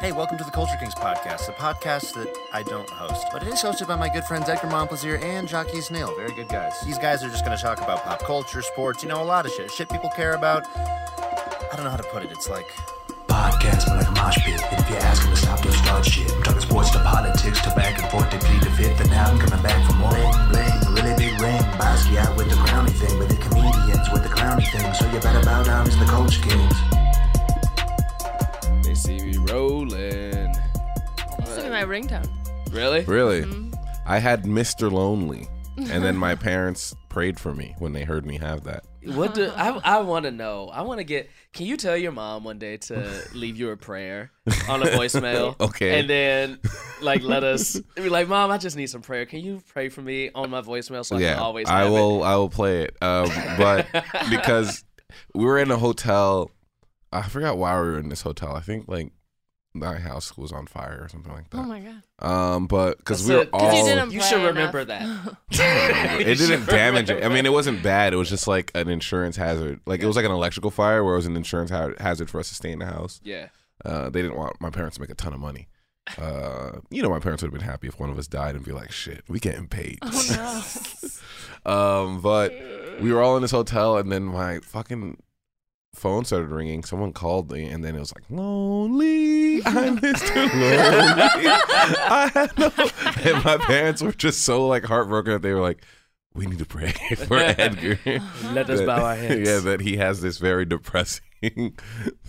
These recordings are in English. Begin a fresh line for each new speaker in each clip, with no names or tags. Hey, welcome to the Culture Kings podcast, the podcast that I don't host, but it is hosted by my good friends Edgar Montplaisir and Jockey Snail. Very good guys. These guys are just going to talk about pop culture, sports, you know, a lot of shit. Shit people care about. I don't know how to put it. It's like
Podcast but like a mosh pit. And if you ask them to stop, they'll start shit. I'm talking sports to politics to back and forth. They plead the fifth, and now I'm coming back for more. Bling, bling, a really big ring. Basquiat with the crowny thing, but the comedians with the clowny thing. So you better bow down as the coach kings.
They see me rolling.
This will be my ringtone.
Really?
Really? I had Mr. Lonely, and then my parents prayed for me when they heard me have that.
What do I? I want to know. I want to get. Can you tell your mom one day to leave you a prayer on a voicemail?
Okay.
And then, like, let us be like, Mom, I just need some prayer. Can you pray for me on my voicemail so I
yeah,
can always?
I
have
will. I will play it. Um, but because we were in a hotel, I forgot why we were in this hotel. I think like my house was on fire or something like that.
Oh my god.
um, but because
That's
we were
it. 'Cause
you
all
didn't
Oh, You
pray
should
enough.
remember
Oh.
that.
it didn't damage it. I mean, it wasn't bad. It was just like an insurance hazard. Like it was like an electrical fire where it was an insurance ha- hazard for us to stay in the house.
Yeah.
Uh, they didn't want my parents to make a ton of money. Uh, you know, my parents would have been happy if one of us died and be like, "Shit, we getting paid."
Oh,
um, but we were all in this hotel, and then my fucking phone started ringing. Someone called me, and then it was like, "Lonely, I'm Mr. Lonely." I had no, and my parents were just so like heartbroken that they were like, "We need to pray for Edgar."
Let us
That-
bow our heads.
Yeah, that he has this very depressing thing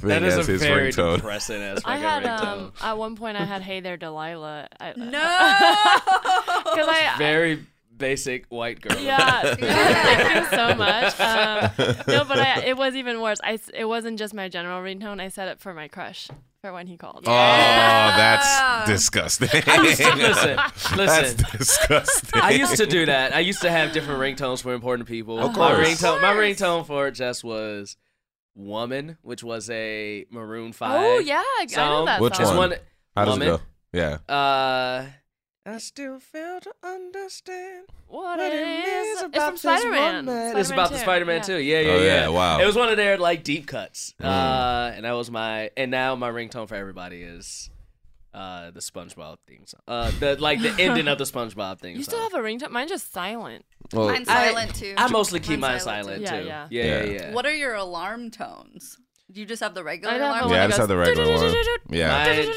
that is a
as his
very
ringtone.
depressing ass
I
fucking
had
ringtone.
um at one point I had Hey There Delilah. I, no.
No.
Because um, I
very basic white girl.
yeah. Thank you so much. Um, no, but I, it was even worse. I s- it wasn't just my general ringtone. I set it for my crush for when he called.
Oh, that's disgusting.
listen,
that's
listen.
disgusting.
I used to do that. I used to have different ringtones for important people.
Of
My
course.
ringtone, my ringtone for Jess was "Woman," which was a Maroon Five.
Oh yeah, I, I know
song.
that
Which
It's
song.
one?
one.
How does it
woman.
go? Yeah.
Uh, I still fail to understand.
What
What
it
it
is? It's
is about
from
this
Spider-Man.
woman. It's about the Spider-Man
yeah.
too. Yeah, yeah,
Oh,
yeah.
yeah, wow.
It was one of their like deep cuts.
Mm.
Uh, and that was my. And now my ringtone for everybody is. Uh, the SpongeBob theme song. Uh, the like the ending of the SpongeBob theme
You
song.
still have a ringtone? Mine's just silent.
Well,
Mine's silent too.
I mostly keep mine
Mine's
silent,
silent, too.
too. Yeah,
Yeah,
yeah, yeah.
yeah.
What are your alarm tones? Do you just have the regular
I have
alarm?
a-
yeah, I
it
just
goes
had the regular one. Yeah.
Mine,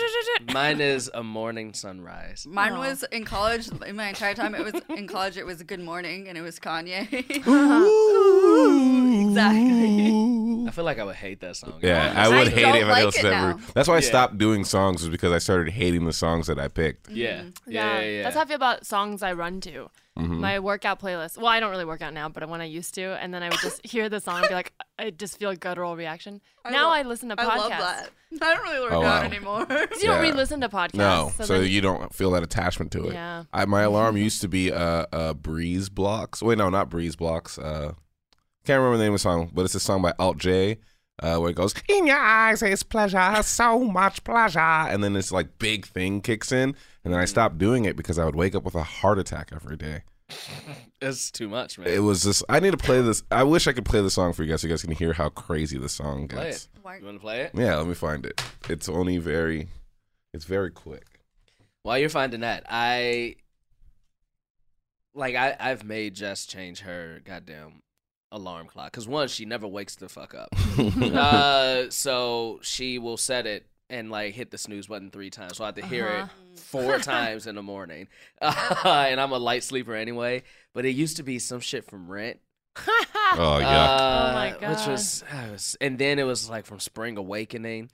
mine is a morning sunrise.
Mine
Aw.
was in college. In my entire time, it was in college. It was Good Morning, and it was Kanye. exactly.
I feel like I would hate that song.
Yeah, I would
I
hate
don't
it if
like
I was
it
ever.
now.
That's why I
Yeah.
stopped doing songs was because I started hating the songs that I picked.
yeah,
Mm.
yeah,
Yeah,
yeah. yeah.
that's how I feel about songs I run to. My workout playlist. Well, I don't really work out now, but when I used to, and then I would just hear the song and be like, I just feel a guttural reaction. now
lo-
I listen to podcasts.
I love that. I don't really work
Oh, wow.
out anymore.
'Cause you don't
Yeah.
re-listen to podcasts.
No, so,
then-
you don't feel that attachment to it.
Yeah.
I, my alarm used to be uh, uh breeze blocks. Wait, no, not breeze blocks. Uh, can't remember the name of the song, but it's a song by Alt J. Uh, where it goes in your eyes is pleasure, so much pleasure, and then this like big thing kicks in, and then I stopped doing it because I would wake up with a heart attack every day.
It's too much, man.
It was just I need to play this. I wish I could play the song for you guys, so you guys can hear how crazy the song
play
gets.
it. You want to play it?
Yeah, let me find it. It's only very, it's very quick.
While you're finding that, I like I I've made Jess change her goddamn alarm clock because one, she never wakes the fuck up. uh, so she will set it and like hit the snooze button three times. So I have to hear
Uh-huh.
it four times in the morning. Uh, and I'm a light sleeper anyway. But it used to be some shit from Rent.
Oh yeah,
Uh,
Oh my
Which
God.
was, uh, it was- and then it was like from Spring Awakening.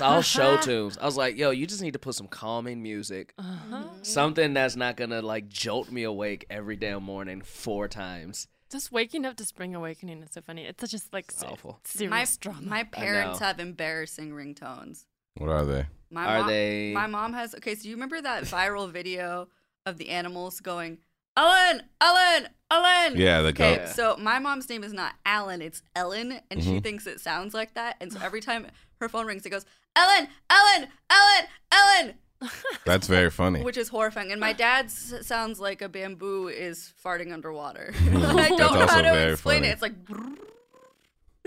all show tunes. I was like, yo, you just need to put some calming music,
Uh-huh.
something that's not gonna like jolt me awake every damn morning four times.
Just waking up to Spring Awakening is so funny. It's such just like se-
awful.
serious
my
drama.
my parents
know.
have embarrassing ringtones.
what are they?
My
Are
mom,
they-
My mom has. Okay, so you remember that viral video of the animals going, Ellen, Ellen, Ellen.
Yeah, the
Okay,
goat.
so my mom's name is not Alan, it's Ellen, and
Mm-hmm.
she thinks it sounds like that. And so every time her phone rings, it goes, Ellen, Ellen, Ellen, Ellen,
That's very funny.
which is horrifying. And my dad's s- sounds like a bamboo is farting underwater. I don't
That's
know how
also
to
very
explain
funny.
it. It's like,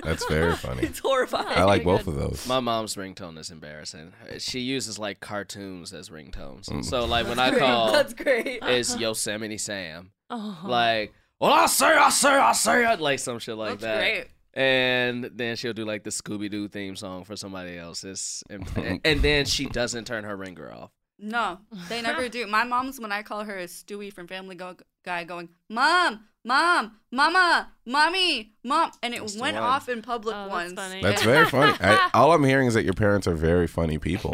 That's very funny.
It's horrifying.
I like
Very
both of those.
My mom's ringtone is embarrassing. She uses like cartoons as ringtones.
Mm.
So like when I call,
That's great.
it's Yosemite Sam.
Oh.
Uh-huh.
Like, well, I say, I say, I say, I'd like some shit like
That's
that.
great.
And then she'll do like the Scooby Doo theme song for somebody else. It's, and, and then she doesn't turn her ringer off.
No, they never do. My mom's when I call her is Stewie from Family Go- Guy going, "Mom, mom, mama, mommy, mom," and it
That's the
went
one.
off in public
Oh, that's
once.
funny.
That's very funny. I, all I'm hearing is that your parents are very funny people.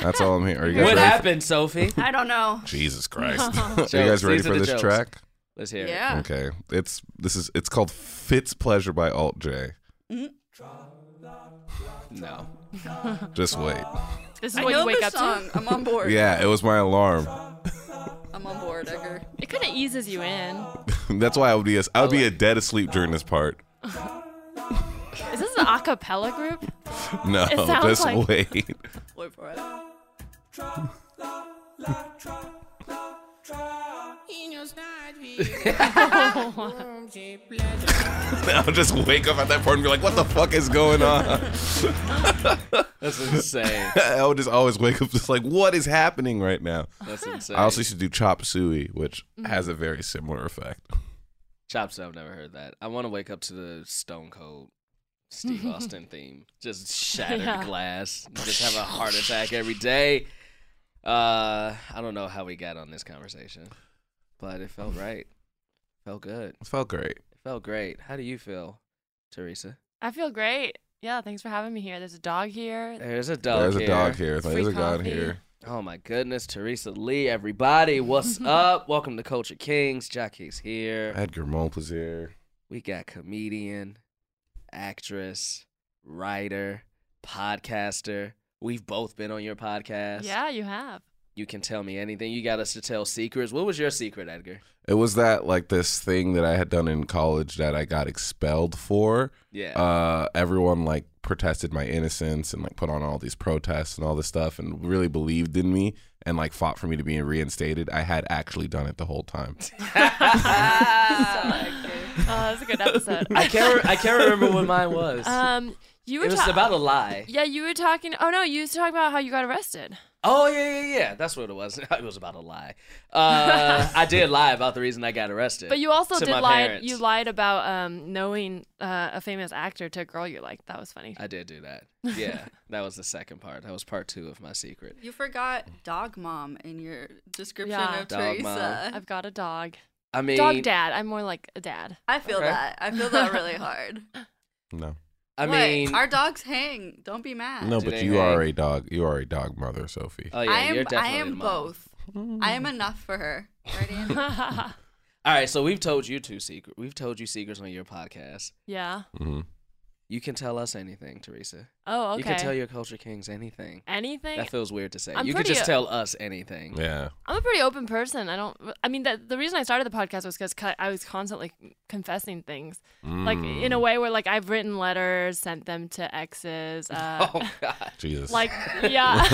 That's all I'm hearing. Are you guys
What
ready?
happened, Sophie?
I don't know.
Jesus Christ.
Jokes.
Are you guys
These
ready
are
for
the
this
jokes.
track?
Let's hear it.
Yeah.
Okay. It's this is it's called Fitz Pleasure by Alt J.
No.
Just wait.
This is
I
what you
know
wake up
this song. I'm on board.
Yeah, it was my alarm.
I'm on board, Edgar.
to. It kind of eases you in.
That's why I would be a, I would
Oh.
be a dead asleep during this part.
Is this an a cappella group?
No,
It sounds
just
like-
wait.
Wait for it.
I'll just wake up at that point and be like, "What the fuck is going on?"
That's insane.
I would just always wake up just like, "What is happening right now?"
That's insane.
I also used to do chop suey, which
Mm-hmm.
has a very similar effect.
Chops, I've never heard that. I want to wake up to the Stone Cold Steve Austin theme. Just shattered
Yeah.
glass. Just have a heart attack every day. Uh, I don't know how we got on this conversation, but it felt right. Felt good.
It felt great.
It felt great. How do you feel, Teresa?
I feel great. Yeah, thanks for having me here. There's a dog here.
There's a dog.
There's
here.
a dog here. There's a
Free
god
coffee.
here.
Oh my goodness, Teresa Lee, everybody, what's up? Welcome to Culture Kings. Jockey's here.
Edgar Mope was here.
We got comedian, actress, writer, podcaster. We've both been on your podcast.
Yeah, you have.
You can tell me anything. You got us to tell secrets. What was your secret, Edgar?
It was that like this thing that I had done in college that I got expelled for.
Yeah.
uh, everyone like protested my innocence and like put on all these protests and all this stuff and really believed in me and like fought for me to be reinstated. I had actually done it the whole time.
Oh, that's a good episode.
I can't. Re- I can't remember what mine was.
um, you were
it was
ta-
about a lie.
Yeah, you were talking. Oh no, you was talking about how you got arrested.
Oh yeah, yeah, yeah. That's what it was. It was about a lie. Uh, I did lie about the reason I got arrested.
But you also
to
did
my
lie.
parents.
You lied about um, knowing uh, a famous actor to a girl you liked. That was funny.
I did do that. Yeah, that was the second part. That was part two of my secret.
You forgot dog mom in your description
Yeah.
of
Dog
Teresa.
mom.
I've got a dog.
I mean,
Dog dad. I'm more like a dad.
I feel
Okay.
that. I feel that really hard.
No,
I
What?
mean,
our dogs hang. Don't be
Ah,
mad.
no,
Do
but
they
you are
hang?
a dog. You are a dog mother, Sophie.
oh yeah,
I am.
you're
I
definitely the
am
mom.
both.
Oh.
I
Hmm.
am enough for her. Right, Andy?
All right, so we've told you two secrets. We've told you secrets on your podcast.
yeah.
hmm
You can tell us anything, Teresa.
Oh, okay.
You can tell your culture kings anything.
anything.
That feels weird to say.
I'm
you can
pretty-
uh,
just tell us anything.
Yeah,
I'm a pretty open person. I don't. I mean, the, the reason I started the podcast was because I was constantly confessing things, like in
Hmm.
a way where like I've written letters, sent them to exes. Uh,
Oh God.
Mm. Jesus.
Like, yeah.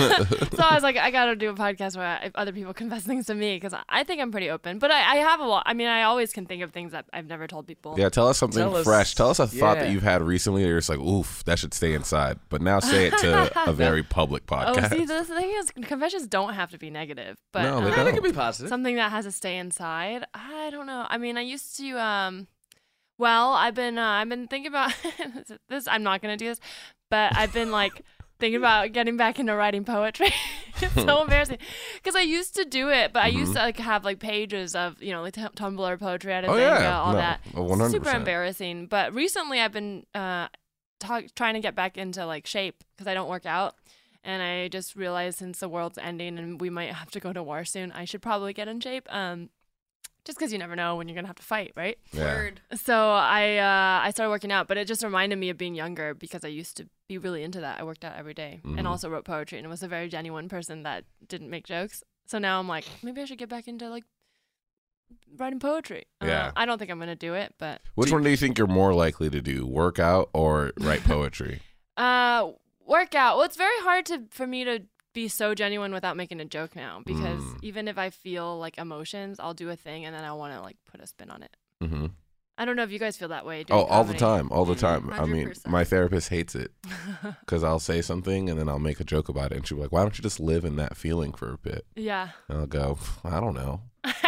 so I was like, I gotta do a podcast where I, if other people confess things to me because I think I'm pretty open. But I, I have a lot. I mean, I always can think of things that I've never told people.
yeah, tell us something
Tell us-
fresh. Tell us a thought
yeah.
that you've had recently. That you're just like, oof, that should stay inside. But now say it to a very public
Oh,
podcast.
see, the thing is, confessions don't have to be negative, but
No, they
um,
Yeah, that
don't.
could be positive.
something that has to stay inside. I don't know. I mean, I used to. Um, well, I've been uh, I've been thinking about this. I'm not gonna do this, but I've been like thinking about getting back into writing poetry. it's
Hmm.
so embarrassing because I used to do it, but I used to like have like pages of you know like t- Tumblr poetry at
Mm-hmm. Oh, yeah.
all
No,
that.
uh,
It's Super
100%.
embarrassing. But recently, I've been uh, talk, trying to get back into like shape because I don't work out. And I just realized since the world's ending and we might have to go to war soon, I should probably get in shape. Um, just because you never know when you're gonna have to fight, right?
yeah.
Word.
So I uh, I started working out, but it just reminded me of being younger because I used to be really into that. I worked out every day
Mm-hmm.
and also wrote poetry and was a very genuine person that didn't make jokes. So now I'm like, maybe I should get back into like writing poetry. I don't know.
Yeah.
I don't think I'm gonna do it, but
Which one do you think you're more likely to do, work out or write poetry?
Uh, workout. Well, it's very hard to for me to be so genuine without making a joke now because
Mm.
even if I feel like emotions, I'll do a thing and then I want to like put a spin on it.
hmm
I don't know if you guys feel that way.
Oh,
doing
all the
comedy.
time, all the time. I mean,
100%.
my therapist hates it because I'll say something and then I'll make a joke about it, and she'll be like, "Why don't you just live in that feeling for a bit?"
Yeah.
And I'll go, "I don't know.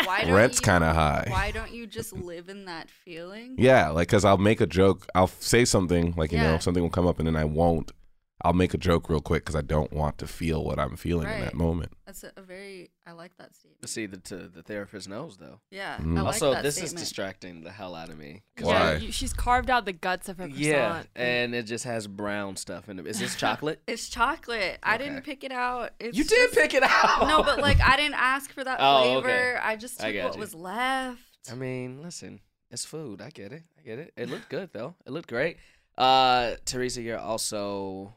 Why don't
Rent's
you-
kind of high."
Why don't you just live in that feeling?
Yeah, like because I'll make a joke. I'll f- say something like you know
Yeah.
something will come up, and then I won't. I'll make a joke real quick because I don't want to feel what I'm feeling in that
Right.
moment.
That's a, a very. I like that statement.
See, the to, the therapist knows though.
Yeah.
Mm.
I like
also,
that
this
statement.
is distracting the hell out of me. 'Cause
Why?
Yeah, you, she's carved out the guts of her croissant.
Yeah, and it just has brown stuff in it. Is this chocolate?
It's chocolate. I didn't
Okay.
pick it out. It's
you did
just-
pick it out.
No, but like I didn't ask for that
Oh, okay.
flavor. I just
I
took
got
what
you.
was left.
I mean, listen, it's food. I get it. I get it. It looked good though. It looked great. Uh, Teresa, you're also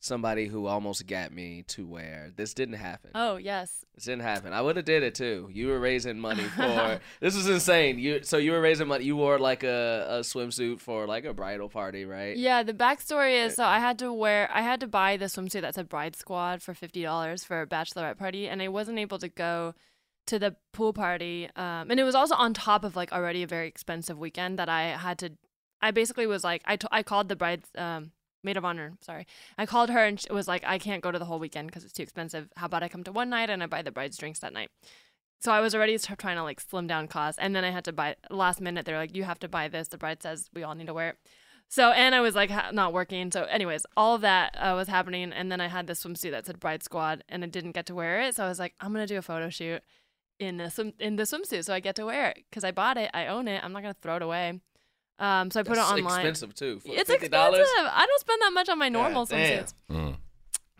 somebody who almost got me to where this didn't happen.
oh yes.
This didn't happen. I would have did it too. You were raising money for this is insane. You so you were raising money. You wore like a, a swimsuit for like a bridal party, right?
Yeah, the backstory is so I had to wear, I had to buy the swimsuit that said Bride Squad for fifty dollars for a bachelorette party, and I wasn't able to go to the pool party. Um, and it was also on top of like already a very expensive weekend that I had to. I basically was like, I, t- I called the bride's um, maid of honor. Sorry, I called her and she was like, I can't go to the whole weekend because it's too expensive. How about I come to one night and I buy the bride's drinks that night. So I was already start- trying to like slim down costs, and then I had to buy last minute. They're like, you have to buy this. The bride says we all need to wear it. So and I was like ha- not working. So anyways, all of that uh, was happening, and then I had this swimsuit that said Bride Squad, and I didn't get to wear it. So I was like, I'm gonna do a photo shoot in this swim- in the swimsuit, so I get to wear it because I bought it, I own it. I'm not gonna throw it away. Um, so I put
That's
it online.
expensive too. For
It's
$50?
expensive. I don't spend that much on my normal
God damn.
swimsuits.
Mm.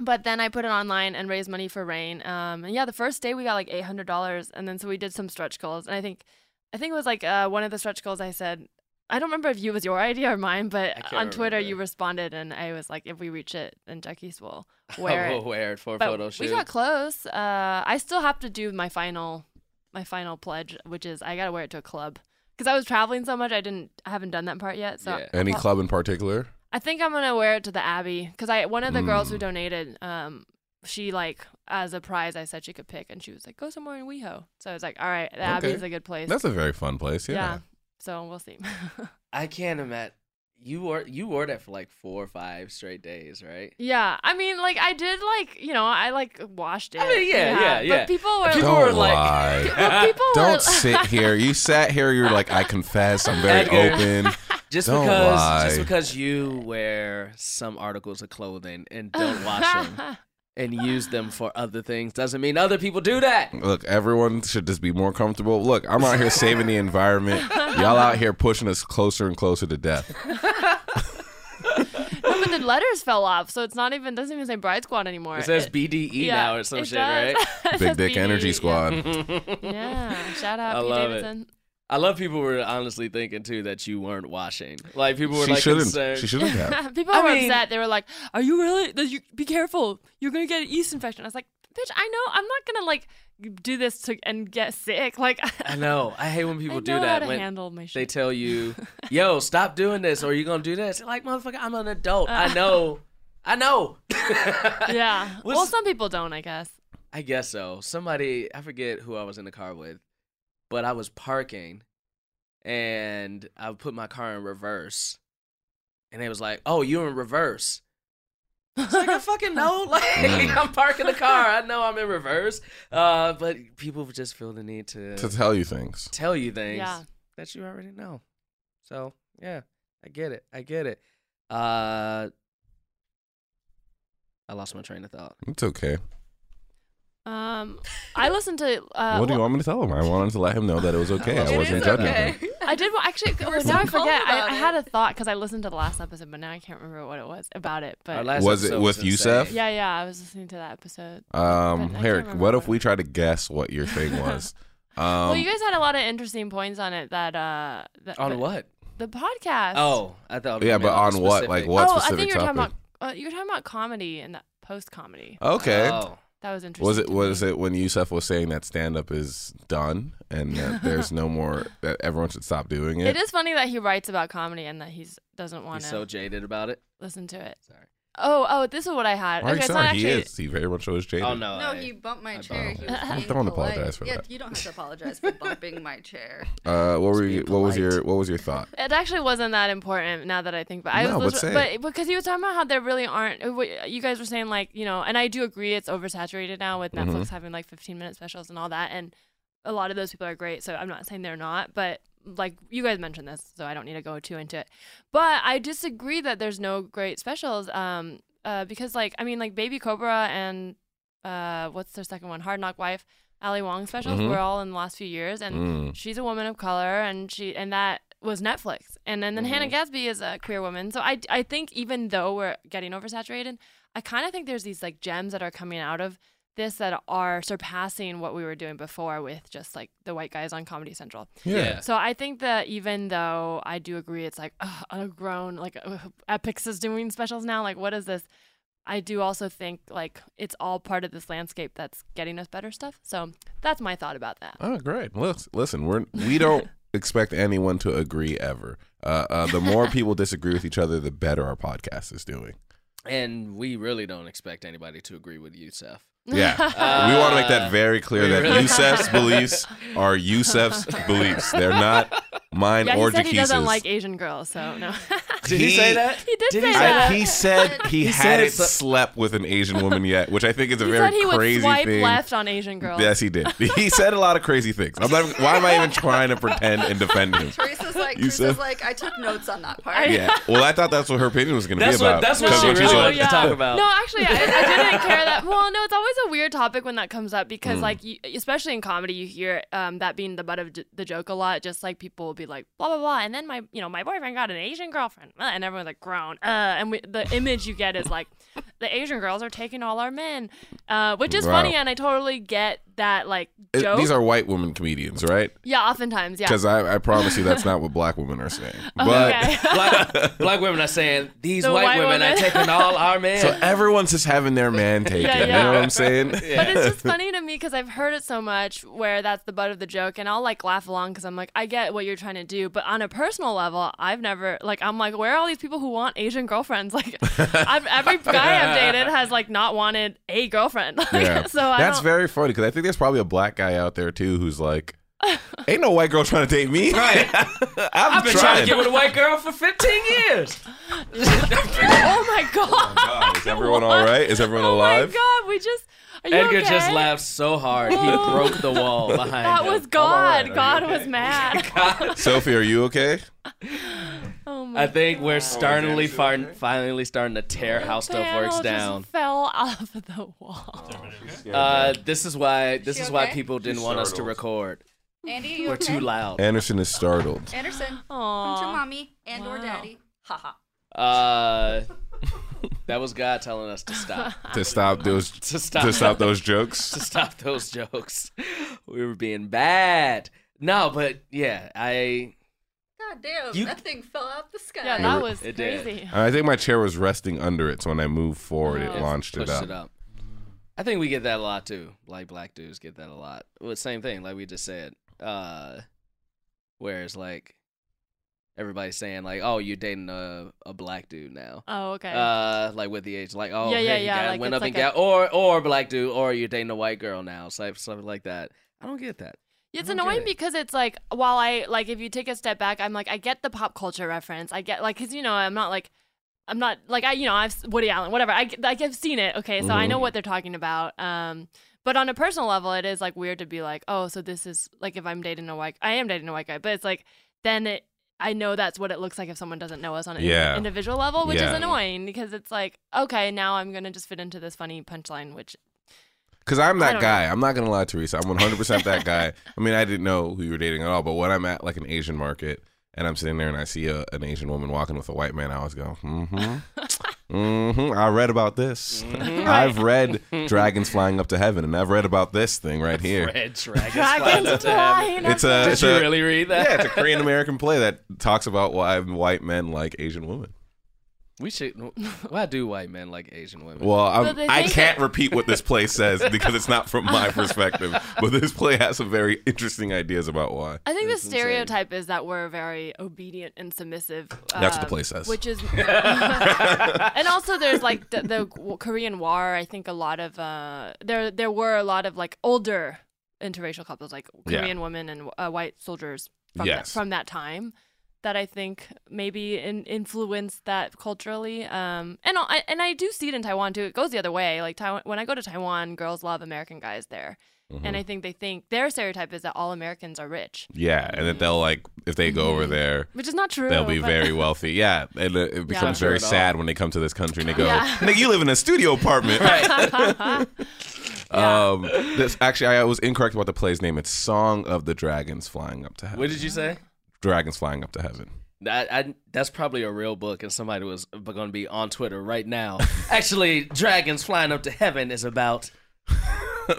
But then I put it online and raised money for Rain. Um, and yeah, the first day we got like eight hundred dollars, and then so we did some stretch goals. And I think, I think it was like uh, one of the stretch goals. I said, I don't remember if you was your idea or mine, but
I
on
can't
Twitter
remember.
you responded, and I was like, if we reach it, then Jackie's will wear
I will
it.
wear it for a
But
photo shoot.
we got close. Uh, I still have to do my final, my final pledge, which is I gotta wear it to a club because I was traveling so much. I didn't, I haven't done that part yet. So
Yeah.
Any
Well-
club in particular?
I think I'm gonna wear it to the Abbey because I one of the girls
Hmm.
who
Mm.
donated, um, she like as a prize I said she could pick, and she was like, go somewhere in WeHo. So I was like, all right, the Abbey
Okay.
is a good place.
That's a very fun place. Yeah.
So we'll see.
I can't imagine. You wore you wore that for like four or five straight days, right?
yeah, I mean, like I did, like you know, I like washed it.
I mean, yeah, yeah, yeah.
But people were.
People
Don't
were like-
lie.
but people were,
Don't sit here. You sat here. You're like, I confess. I'm very
Edgar.
open.
Just
Don't
because
lie.
just because you wear some articles of clothing and don't wash them and use them for other things doesn't mean other people do that.
Look, everyone should just be more comfortable. Look, I'm out here saving the environment. Y'all out here pushing us closer and closer to death.
no, but the letters fell off, so it's not even doesn't even say Bride Squad anymore.
It says
It-
BDE
yeah,
now or some
it
shit,
does.
right?
It
Big
says
Dick
BD,
Energy
yeah.
Squad.
Yeah, shout out
I
Pete
love it.
Davidson.
I love people were honestly thinking too that you weren't washing. Like people were
She
like
shouldn't.
concerned.
She shouldn't have.
People
I
were
mean-
upset. They were like, "Are you really? that You, be careful. You're gonna get an yeast infection." I was like, "Bitch, I know. I'm not gonna like do this to and get sick. Like,
I know. I hate when
I
people
know
do
how
that.
to
when
handle my
they
shit.
tell you, "Yo, stop doing this, or you're gonna do this." Like motherfucker, I'm an adult. I
Uh.
know. I know.
yeah.
What's-
well, some people don't, I guess.
I guess so. Somebody, I forget who I was in the car with, but I was parking and I put my car in reverse. And they was like, oh, you're in reverse. I was like, I fucking know. Like,
Mm.
I'm parking the car. I know I'm in reverse. Uh, but people just feel the need to,
to tell you things.
tell you things
Yeah.
that you already know. So, yeah, I get it. I get it. Uh, I lost my train of thought.
It's okay.
Um, I listened to. Uh,
what do you
well,
want me to tell him? I wanted to let him know that it was okay.
It
I
It
wasn't
is
judging
okay.
him.
I did wa- actually. oh,
so
now I
calm
forget. I,
about
I had a
it.
thought because I listened to the last episode, but now I can't remember what it was about it.
Our
But
last
Was it
episode
with
insane.
Yousef?
yeah, yeah, I was listening to that episode.
Um,
But I
Herrick,
can't
what
remember.
if we try to guess what your thing was? Um,
well, you guys had a lot of interesting points on it. That uh, that,
On
that-
what?
The podcast.
Oh, I thought.
yeah,
you
but
meant
on what?
specific-
Like what
oh, I
specific
think you were
topic?
talking about uh, you were talking about comedy and that post comedy.
okay.
Oh.
That was interesting.
was it
to
was
me.
it when Yusef was saying that stand up is done and that there's no more that everyone should stop doing it?
It is funny that he writes about comedy and that he's doesn't want
He's
to
so jaded about it.
listen to it.
Sorry.
Oh, oh, this is what I had.
Why are
okay,
you
it's
saying
not
he
actually.
is? He very much was jaded.
Oh no.
No,
I-
he bumped my
I
chair.
bumped
He
it.
was being
Don't
polite.
apologize for
yeah,
that.
you don't have to apologize for bumping my chair.
Uh, what were
Just
you,
be
what was
polite.
your what was your thought?
It actually wasn't that important now that I think about it. I
No, but
was
say
literally-
it.
but because he was talking about how there really aren't, uh, what you guys were saying, like, you know, and I do agree it's oversaturated now with Netflix
Mm-hmm.
having like 15 minute specials and all that. And a lot of those people are great. So I'm not saying they're not, but like you guys mentioned this, so I don't need to go too into it. But I disagree that there's no great specials um, uh, because, like, I mean, like Baby Cobra and uh, what's their second one? Hard Knock Wife, Ali Wong specials
Mhm.
were all in the last few years. And
Mm.
she's a woman of color and she and that was netflix and then, then hannah gadsby is a queer woman so I, I think even though we're getting oversaturated i kind of think there's these like gems that are coming out of this that are surpassing what we were doing before with just like the white guys on comedy central
Yeah.
Yeah.
so i think that even though i do agree it's like ugh, a grown like ugh, epix is doing specials now like what is this i do also think like it's all part of this landscape that's getting us better stuff so that's my thought about that
Oh, great. Listen, listen, we're we don't expect anyone to agree ever. Uh, uh, the more people disagree with each other, the better our podcast is doing.
And we really don't expect anybody to agree with you, Seth.
Yeah, we want to make that
Uh,
very clear
we
that
really-
Yusef's beliefs are Yusef's beliefs. They're not mine
yeah,
or
he said he doesn't
Jaquisa's.
like Asian girls, so no.
Did he, say that?
he did,
Did
say
he say
I-
that.
he said he,
He said
hadn't
it's a-
slept with an Asian woman yet, which I think is a
He
very
said he would
crazy
swipe
thing.
left on Asian girls.
Yes, he did. He said a lot of crazy things. I'm not, why am I even trying to pretend and defend him?
Teresa's like,
You
Teresa's
said-
like, I took notes on that part.
I-
Yeah. Well, I thought that's what her opinion was going to be
That's what-
about.
that's what
'Cause
she
when
really
she's
Oh,
wanted
like,
to talk about.
No, actually, I, I didn't care that. Well, no, it's always a weird topic when that comes up
Mm.
because, like, you, especially in comedy, you hear um, that being the butt of j- the joke a lot. Just like people will be like, blah blah blah, and then my, you know, my boyfriend got an Asian girlfriend, uh, and everyone's like, grown. Uh, and we, the image you get is like, the Asian girls are taking all our men, uh, which is
Wow.
funny, and I totally get that like
It-
joke.
These are white women comedians, right?
yeah, oftentimes, yeah.
Because I, I promise you that's not what black women are saying. But
okay.
Black, black women are saying these
The
white,
white
women are
woman.
taking all our men.
so everyone's just having their man taken.
Yeah,
You know
yeah.
what I'm saying?
But it's just funny to me because I've heard it so much where that's the butt of the joke, and I'll like laugh along because I'm like, I get what you're trying to do. But on a personal level, I've never like I'm like, where are all these people who want Asian girlfriends? Like, I've, every guy I've dated has like not wanted a girlfriend. Like,
Yeah.
so I
that's
don't-
very funny because I think there's probably a black guy out there too who's like, ain't no white girl trying to date me.
Right.
I'm
I've been trying to get with a white girl for 15 years.
oh my god.
God, is everyone all right? Is everyone
Oh my
alive?
god, we just are you
Edgar
okay?
just laughed so hard he broke the wall behind
That
him.
was
I'm
God.
all right.
God was mad.
Sophie, are you okay?
Oh my
I think we're sternly fin- finally starting to tear how stuff
panel
works
just
down.
fell off the wall.
Uh, this is why this
She
is why
okay?
people didn't want us to record.
Andy, you
We're
okay?
too loud.
Anderson is startled.
Anderson, come to
Aw.
mommy and or
Wow.
daddy. Haha.
Uh, that was God telling us to stop.
To stop those
To stop.
to stop those jokes.
to stop those jokes. We were being bad. No, but yeah, I
God damn,
You-
that thing fell out the sky.
Yeah, that was
It did.
crazy.
I think my chair was resting under it, so when I moved forward, it
Oh.
launched it
pushed
up.
it up. I think we get that a lot too. Like black dudes get that a lot. Well, same thing, like we just said. Uh, whereas like everybody's saying like, oh, you're dating a a black dude now.
Oh, okay.
Uh, like with the age, like oh,
Yeah,
hey,
yeah,
he
yeah,
got-
like,
went
it's
up and
like
got or or a black dude, or you're dating a white girl now, so something like that. I don't get that.
It's
don't get
annoying
it.
because it's like while I like if you take a step back, I'm like I get the pop culture reference. I get like because you know I'm not like I'm not like I you know I've Woody Allen whatever I like I've seen it okay so
Mm-hmm.
I know what they're talking about. Um, but on a personal level, it is like weird to be like oh so this is like if I'm dating a white I am dating a white guy, but it's like then it I know that's what it looks like if someone doesn't know us on an indi-
Yeah.
individual level, which
Yeah.
is annoying because it's like okay now I'm gonna just fit into this funny punchline which
Because I'm
I
that
don't
guy. I'm not gonna lie, Teresa. I'm 100 percent that guy. I mean, I didn't know who you were dating at all, but when I'm at like an Asian market and I'm sitting there and I see a, an Asian woman walking with a white man, I always go, mm-hmm, mm-hmm. I read about this.
Mm-hmm.
I've read dragons flying up to heaven, and I've read about this thing right here.
Red dragons, flying up
dragons
to heaven.
flying.
It's
up
a,
Did
it's
you
a
really read that?
yeah, it's a Korean American play that talks about why white men like Asian women.
We should. Why do white men like Asian women?
Well,
But they
I'm, I
think
can't
that-
repeat what this play says because it's not from my perspective. But this play has some very interesting ideas about why.
I think the
That's insane.
stereotype is that we're very obedient and submissive.
That's what the
um,
play says.
Which is, and also there's like the, the w- Korean War. I think a lot of uh, there there were a lot of like older interracial couples, like
Yeah.
Korean women and uh, white soldiers from
Yes.
that, from that time. That I think maybe in, influenced that culturally, um, and I and I do see it in Taiwan too. It goes the other way. Like Taiwan, when I go to Taiwan, girls love American guys there,
Mm-hmm.
and I think they think their stereotype is that all Americans are rich,
Yeah, and that they'll like if they go over there,
which is not Mm-hmm. true.
they'll be
but-
very wealthy. Yeah, and it, it becomes
true
very
at all.
sad when they come to this country and they go,
Yeah.
"Nigga, you live in a studio apartment."
Right.
Um, this actually, I was incorrect about the play's name. It's "Song of the Dragons Flying Up to Heaven."
what did you say?
Dragons flying up to heaven.
That I, that's probably a real book, and somebody was going to be on Twitter right now. Actually, dragons flying up to heaven is about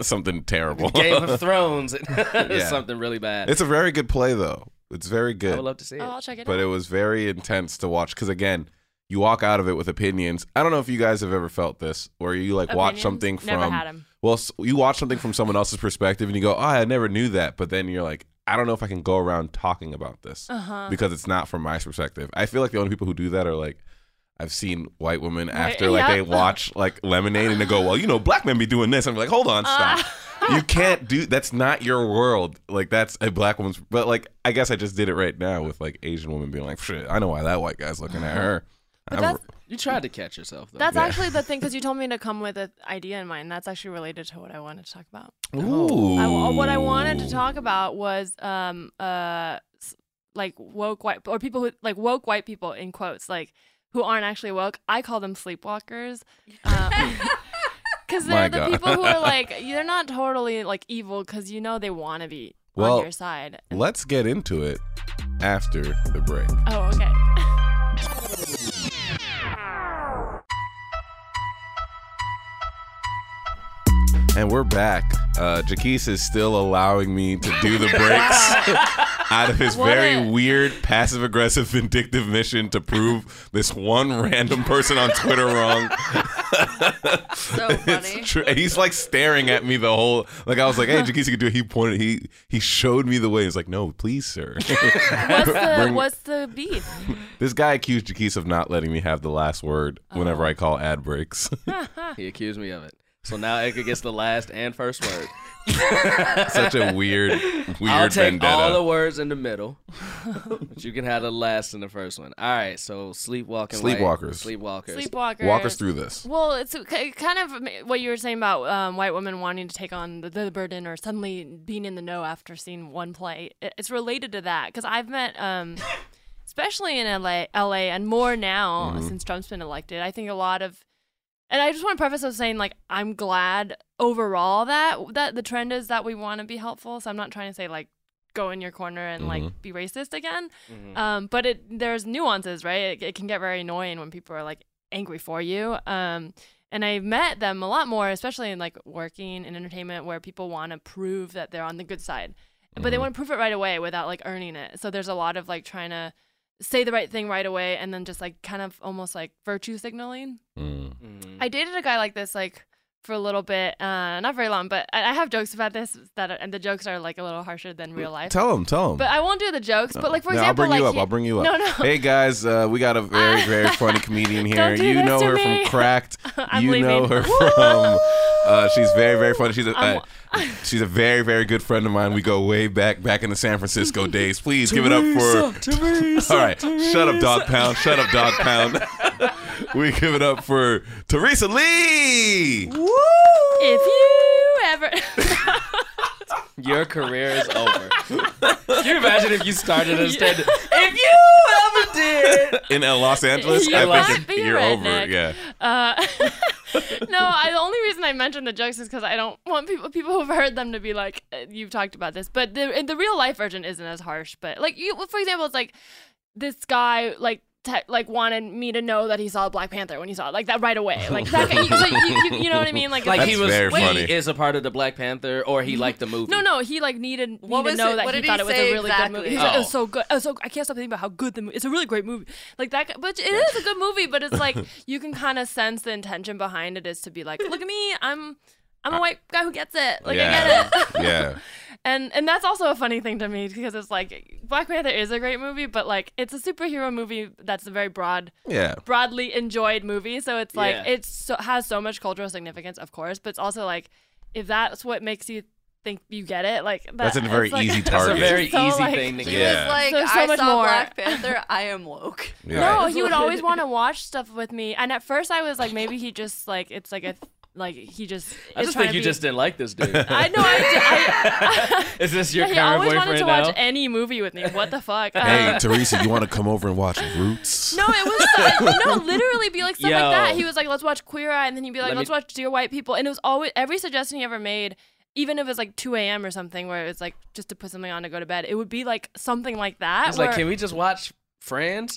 Something terrible.
Game of Thrones.
Yeah.
Something really bad.
it's a very good play, though. It's very
I
good.
would love to see it.
Oh, I'll check it
but
out.
it was very intense to watch because again you walk out of it with opinions i don't know if you guys have ever felt this where you like watch
Opinions?
something from
Never had 'em.
well s- you watch something from someone else's perspective and you go oh i never knew that but then you're like i don't know if i can go around talking about this
Uh-huh.
because it's not from my perspective i feel like the only people who do that are like I've seen white women after like
yeah.
they watch like Lemonade and they go, well, you know, black men be doing this. I'm like, hold on,
Uh,
stop.
Ah. Oh,
you can't do that's not your world. Like that's a black woman's. But like, I guess I just did it right now with like Asian women being like, shit, I know why that white guy's looking at her. I'm-
that's-
you tried to catch yourself though.
That's actually the thing because you told me to come with an idea in mind. That's actually related to what I wanted to talk about.
Ooh.
I, oh, what I wanted to talk about was um uh s- like woke white or people who like woke white people in quotes like who aren't actually woke. I call them sleepwalkers. Because
My
they're the
God.
people who are like they're not totally like evil because you know they want to be
Well,
on your side.
Let's get into it after the break.
Oh, okay.
And we're back. Uh, Jaquise is still allowing me to do the breaks out of his
What
very
a-
weird, passive aggressive, vindictive mission to prove this one random person on Twitter wrong.
So funny.
It's true. And he's like staring at me the whole. Like I was like, "Hey, Jaquise, you can do it." He pointed. He he showed me the way. He's like, "No, please, sir."
What's the
Bring-
what's the beef?
this guy accused Jaquise of not letting me have the last word whenever
Oh.
I call ad breaks.
he accused me of it. So now Edgar gets the last and first word.
Such a weird, weird
I'll take
vendetta.
all the words in the middle, but you can have the last and the first one. All right, so sleepwalking. white-
Sleepwalkers.
Sleepwalkers.
Sleepwalkers.
Walk us through this.
Well, it's k- kind of m- what you were saying about um, white women wanting to take on the, the burden or suddenly being in the know after seeing one play. It- It's related to that because I've met, um, especially in LA, LA, and more now since Trump's been elected. I think a lot of, and I just want to preface with saying like I'm glad overall that that the trend is that we want to be helpful. So I'm not trying to say like go in your corner and like be racist again. Um, but it there's nuances, right? It, it can get very annoying when people are like angry for you. Um, and I met them a lot more, especially in like working in entertainment, where people want to prove that they're on the good side, but
Mm-hmm.
they want to prove it right away without like earning it. So there's a lot of like trying to say the right thing right away, and then just like kind of almost like virtue signaling.
Mm.
I dated a guy like this like for a little bit, uh, not very long, but I, I have jokes about this that are, and the jokes are like a little harsher than real life.
Tell him. Tell him.
But I won't do the jokes. But like for
No,
example,
I'll bring
like
you up.
he-
I'll bring you up.
No, no.
Hey guys, uh, we got a very, very funny comedian here.
Don't do
you
this
know
to
her
me.
from Cracked.
I'm
you know
leaving.
her
Woo!
from. Uh, she's very, very funny. She's a,
I'm-
uh, she's a very, very good friend of mine. We go way back, back in the San Francisco days. Please give it up for. All right, shut up, dog pound. Shut up, dog pound. we give it up for Teresa Lee.
If you ever,
Your career is over. Can you imagine if you started a stand If you ever did.
In uh, Los Angeles,
You
I
must
think
be
you're,
a
you're over. it,
redneck.
Yeah.
uh, no, I, the only reason I mentioned the jokes is because I don't want people people who've heard them to be like, uh, you've talked about this. But the the real life version isn't as harsh. But like you, for example, it's like this guy like te- like wanted me to know that he saw Black Panther when he saw it, like that right away. Like that, kind- so you, you, you know what I mean? Like, it's
Like
That's
he was,
very
he
funny.
is a part of the Black Panther, or he liked the movie.
No, no, he like needed me
What
to
was
know
it-
that
what
he
did he
thought it was
say
a really
exactly?
good movie. He's like, it
Oh.
was so good. It was so I can't stop thinking about how good the movie. It's a really great movie. Like that, guy- but it is a good movie. But it's like you can kind of sense the intention behind it is to be like, look at me, I'm. I'm a white guy who gets it. Like
yeah.
I get it.
yeah.
And and that's also a funny thing to me because it's like Black Panther is a great movie, but like it's a superhero movie that's a very broad
Yeah.
broadly enjoyed movie. So it's like
Yeah.
it's so, has so much cultural significance, of course, but it's also like if that's what makes you think you get it, like that,
That's a
it's
very
like-
easy
that's a
target.
very
So,
easy
like-
thing to
He
get.
Yeah.
was like,
There's so
I
much
saw
more."
Black Panther. I am woke.
Yeah.
No, he would always want to watch stuff with me, and at first I was like, maybe he just like it's like a like he just.
I
is
just
trying
think
to
you
be-
just didn't like this dude.
I know. I, I,
is this your
he
current
always
boyfriend
wanted to
now?
watch any movie with me. What the fuck?
Hey,
uh,
Um,
Teresa, you want to come over and watch Roots?
No, it was no, literally be like stuff
Yo.
like that. He was like, "Let's watch Queer Eye," and then he'd be like,
Let
"Let's
me-
watch Dear White People," and it was always every suggestion he ever made. Even if it was like 2 a.m. or something, where it was like just to put something on to go to bed, it would be like something like that.
He's like,
where-
can we just watch Friends?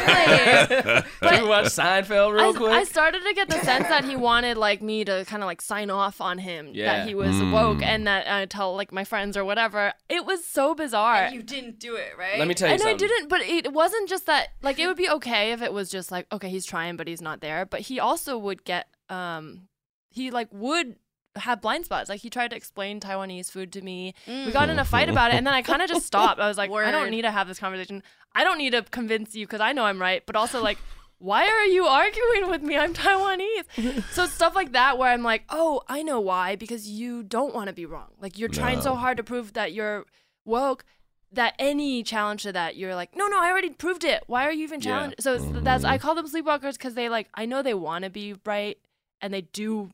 Exactly.
can we watch Seinfeld real
I,
quick?
I started to get the sense that he wanted like me to kind of like sign off on him
Yeah. Mm.
that he was woke and that I tell like my friends or whatever. It was so bizarre.
you didn't do it, right?
Let me tell you
and I
something.
didn't, but it wasn't just that. Like, it would be okay if it was just like, okay, he's trying, but he's not there. But he also would get, um, he like would have blind spots. Like, he tried to explain Taiwanese food to me. We got in a fight about it, and then I kind of just stopped. I was like, I
Word.
don't need to have this conversation. I don't need to convince you because I know I'm right. But also, like, why are you arguing with me? I'm Taiwanese. so it's stuff like that where I'm like, oh, I know why because you don't want to be wrong. Like, you're trying so hard to prove that you're woke that any challenge to that you're like no no i already proved it why are you even
Yeah.
challenged so it's, that's i call them sleepwalkers because they like i know they want to be right and they do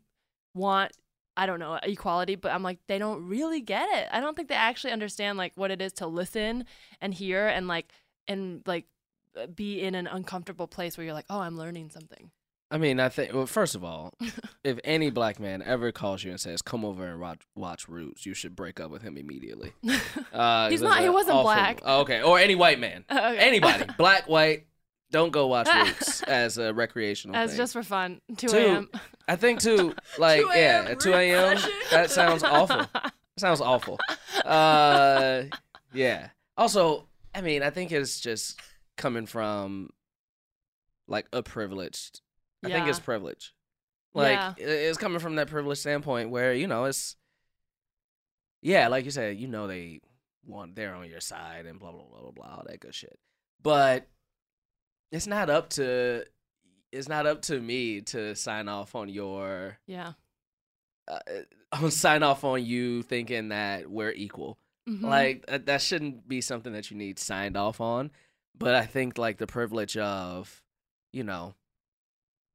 want i don't know equality but i'm like they don't really get it i don't think they actually understand like what it is to listen and hear and like and like uh, be in an uncomfortable place where you're like oh i'm learning something
I mean, I think. Well, first of all, if any black man ever calls you and says, "Come over and watch, watch Roots," you should break up with him immediately. Uh, 'cause
He's
that's
not- he
a
wasn't black.
Oh, okay, or any white man,
Uh, okay.
anybody, black, white, don't go watch Roots as a recreational.
as
thing.
just for fun 2
Two,
a.m
I think too. Like
2
yeah,
a.m.
at two a.m.
Roots
That sounds awful. That sounds awful. Uh, yeah. Also, I mean, I think it's just coming from like a privileged. I think it's
Yeah.
privilege. Like
Yeah.
i- it's coming from that privileged standpoint where you know it's. Yeah, like you said, you know they want they're on your side and blah blah blah blah blah all that good shit. But it's not up to it's not up to me to sign off on your
yeah
uh, uh, sign off on you thinking that we're equal.
Mhm.
Like that, that shouldn't be something that you need signed off on. But I think like the privilege of, you know,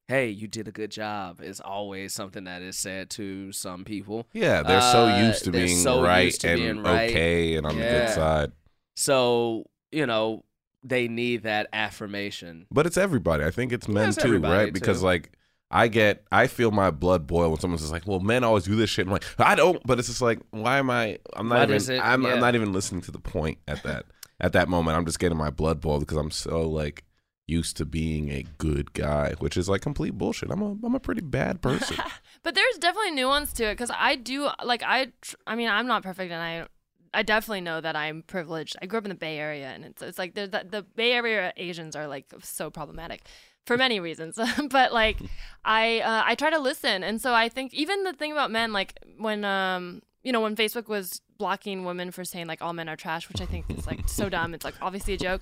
hey, you did a good job is always something that is said to some people.
Yeah, they're so
Uh,
used to
they're
being
so
right
used to
and
being right.
okay and on the good
Yeah.
side.
So, you know, they need that affirmation.
But it's everybody. I think it's men
it's
too,
everybody,
right? Because
too.
like I get, I feel my blood boil when someone's just like, "Well, men always do this shit." I'm like, I don't. But it's just like, why am I? I'm not
Why does
even.
it-
I'm, I'm
yeah.
not even listening to the point at that at that moment. I'm just getting my blood boiled because I'm so like used to being a good guy, which is like complete bullshit. I'm a I'm a pretty bad person.
But there's definitely nuance to it because I do like I. Tr- I mean, I'm not perfect, and I, I definitely know that I'm privileged. I grew up in the Bay Area, and it's it's like the the, the Bay Area Asians are like so problematic for many reasons. but like I uh, I try to listen, and so I think even the thing about men, like when um you know when Facebook was blocking women for saying like all men are trash, which I think is like so dumb. It's like obviously a joke.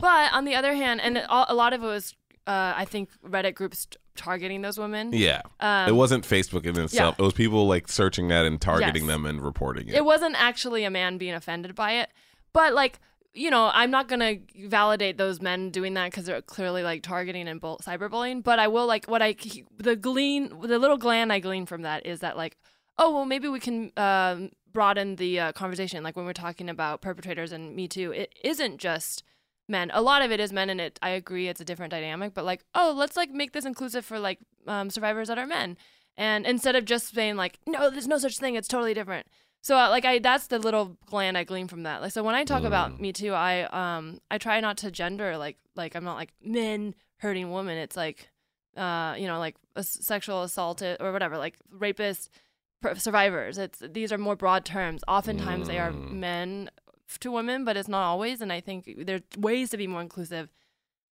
But on the other hand, and it, all, a lot of it was. Uh, I think Reddit groups t- targeting those women.
yeah,
Um,
it wasn't Facebook in itself. It was people like searching that and targeting
Yes.
them and reporting it.
it wasn't actually a man being offended by it but like you know i'm not gonna validate those men doing that because they're clearly like targeting and bull- cyberbullying but i will like what i c- the glean the little glean i glean from that is that like oh well maybe we can um, broaden the uh, conversation like when we're talking about perpetrators and me too it isn't just men a lot of it is men and it i agree it's a different dynamic but like oh let's like make this inclusive for like um, survivors that are men and instead of just saying like no there's no such thing it's totally different so uh, like i that's the little gland i glean from that like so when i talk about me too i um i try not to gender like like i'm not like men hurting women it's like uh you know like a s- sexual assault uh, or whatever like rapist pr- survivors it's these are more broad terms oftentimes they are men f- to women but it's not always and i think there's ways to be more inclusive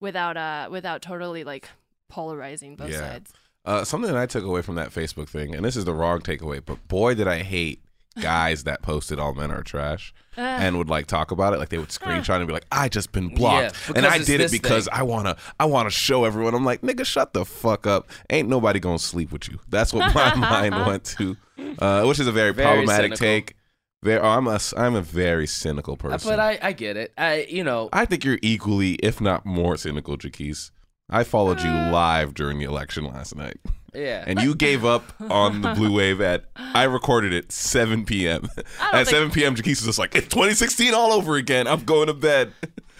without uh without totally like polarizing both
Yeah.
sides
Uh, something that I took away from that Facebook thing, and this is the wrong takeaway, but boy, did I hate guys that posted all men are trash and would like talk about it. Like they would screenshot and be like, "I just been blocked,"
Yeah,
and
because
I
it's
did it
this
because
thing.
I wanna, I wanna show everyone. I'm like, nigga, shut the fuck up. Ain't nobody gonna sleep with you. That's what my mind went to, uh, which is a very,
Very
problematic
cynical.
take. There, I'm a, I'm a very cynical
Uh,
person.
But I, I get it. I, you know,
I think you're equally, if not more, cynical, Jaquise. I followed you
Uh.
live during the election last night,
yeah.
and you gave up on the blue wave at. I recorded it 7 p.m. At 7 p.m., Jaquise was just like, "It's 2016 all over again. I'm going to bed."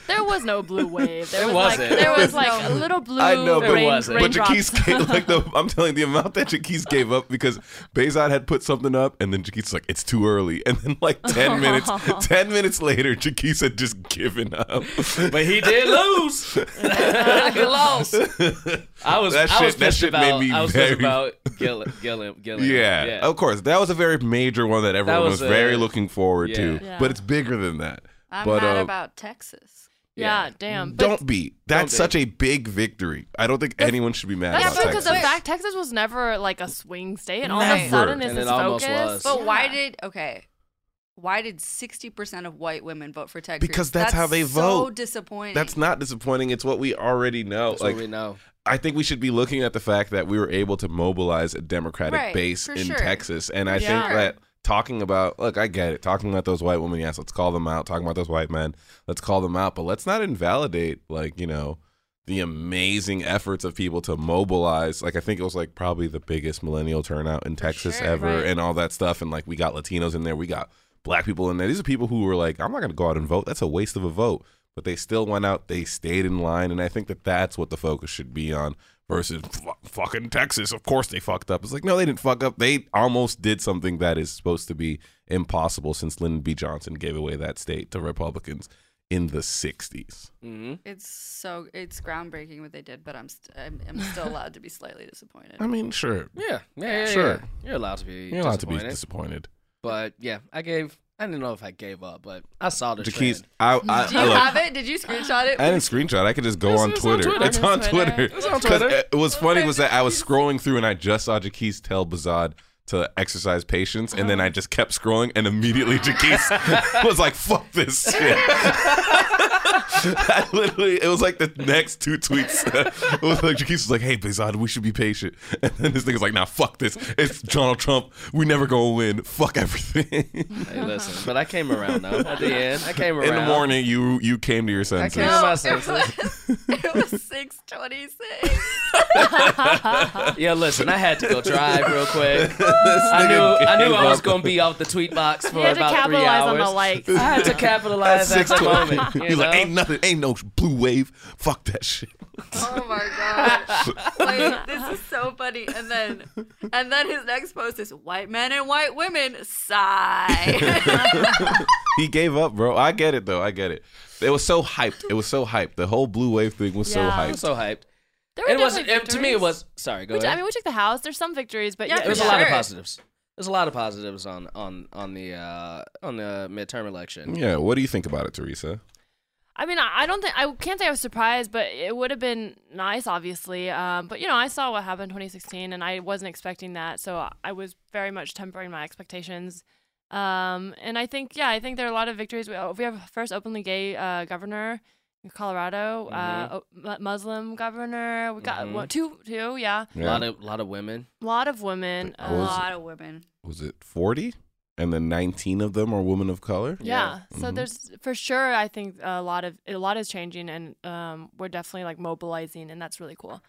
There was no blue wave. There
There
was
wasn't.
Like, there was
There was
like a
no-
little blue
I know, but,
There
rain,
wasn't.
but
raindrops.
Jaquise gave like the. I'm telling you, the amount that Jaquise gave up because Bezod had put something up, and then Jaquise was like, "It's too early," and then like 10 minutes, 10 minutes later, Jaquise had just given up.
But he did lose. I lost. I was.
That
I was
shit- that
pissed
shit made
about.
me
I was
very-
pissed about Gillen. Gillen. Gillen.
Yeah, Oh, of course. That was a very major one that everyone was,
was a-
very looking forward to.
yeah.
Yeah.
But it's bigger than that.
I'm
but
mad
uh,
about Texas.
yeah, damn. Um, But
don't be. That's
be.
such a big victory. I don't think anyone should be mad
that's
about
because
Texas.
of fact Texas was never like a swing state, and all of
Never.
a sudden it's
And it
this
almost
focus.
was.
But why
Yeah.
did okay? Why did sixty percent of white women vote for Texas?
Because that's how they
So
vote.
disappointing.
That's not disappointing. It's what we already know.
That's
like
what we know.
I think we should be looking at the fact that we were able to mobilize a democratic
Right,
base
for
in
sure.
Texas. And I
For
think
sure.
that talking about look, I get it. Talking about those white women, yes, let's call them out. Talking about those white men, let's call them out. But let's not invalidate like, you know, the amazing efforts of people to mobilize. Like I think it was like probably the biggest millennial turnout in Texas
sure,
ever
right.
and all that stuff. And like we got Latinos in there, we got black people in there. These are people who were like, I'm not gonna go out and vote. That's a waste of a vote. But they still went out, they stayed in line, and I think that that's what the focus should be on versus "Fu- fucking Texas. Of course they fucked up. It's like, no, they didn't fuck up. They almost did something that is supposed to be impossible since Lyndon B. Johnson gave away that state to Republicans in the 60s.
hmm
It's so it's groundbreaking what they did, but I'm st- I'm, I'm still allowed to be slightly disappointed.
I mean, sure.
Yeah. Yeah. yeah
Sure.
Yeah. You're allowed to be.
You're allowed to be
disappointed.
disappointed.
But yeah, I gave. I didn't know if I gave up, but I saw the
Jaquise,
trend.
I, I,
Do
I
you
look,
have it? Did you screenshot it?
I didn't screenshot. I could just go on
it's on
Twitter.
Twitter.
It's on
It's
Twitter.
Twitter.
It's on
'Cause,
Twitter.
uh, What's funny was that I was scrolling through and I just saw Jaquise tell Bazad to exercise patience, and then I just kept scrolling, and immediately Jaquise was like, "Fuck this shit." I literally, it was like the next two tweets. it was like Jaquise was like, "Hey Bazad, we should be patient," and then this nigga's like, "Nah, fuck this. It's Donald Trump. We never gonna win. Fuck everything."
Hey, listen. But I came around though. At the end, I came around.
In the morning, you you came to your
I
senses.
came to my
it
senses.
was, it was six twenty six.
Yeah, listen, I had to go drive real quick. I knew I knew I was gonna be off the tweet box for
You had to
about three
capitalize
hours.
on the likes.
I had to capitalize at the moment. You
He's like,
know?
ain't nothing, ain't no blue wave. Fuck that shit.
Oh my god! Like this is so funny. And then, and then his next post is white men and white women sigh.
He gave up, bro. I get it though. I get it. It was so hyped. It was so hyped. The whole blue wave thing was
Yeah.
so
I'm
hyped.
so hyped.
There were
It wasn't
definitely
it, to me. It
victories.
was sorry. Go
We t-
ahead.
I mean, we took the house. There's some victories, but yeah,
It was a
Yeah.
lot of
Sure.
positives. There's a lot of positives on on on the uh, on the midterm election.
Yeah. What do you think about it, Teresa?
I mean, I I don't think I can't say I was surprised, but it would have been nice, obviously. Um, but you know, I saw what happened in 2016, and I wasn't expecting that, so I was very much tempering my expectations. Um, and I think, yeah, I think there are a lot of victories. We, we have a first openly gay uh, governor in Colorado,
Mm-hmm.
uh, o- mu- Muslim governor. We got
Mhm.
one, two, two, yeah,
A lot of lot of women.
a lot of women.
But
A
was-
Uh,
lot of women.
Was it forty? And then nineteen of them are women of color.
yeah. So
Mhm.
there's for sure. I think a lot of a lot is changing, and um, we're definitely like mobilizing, and that's really cool.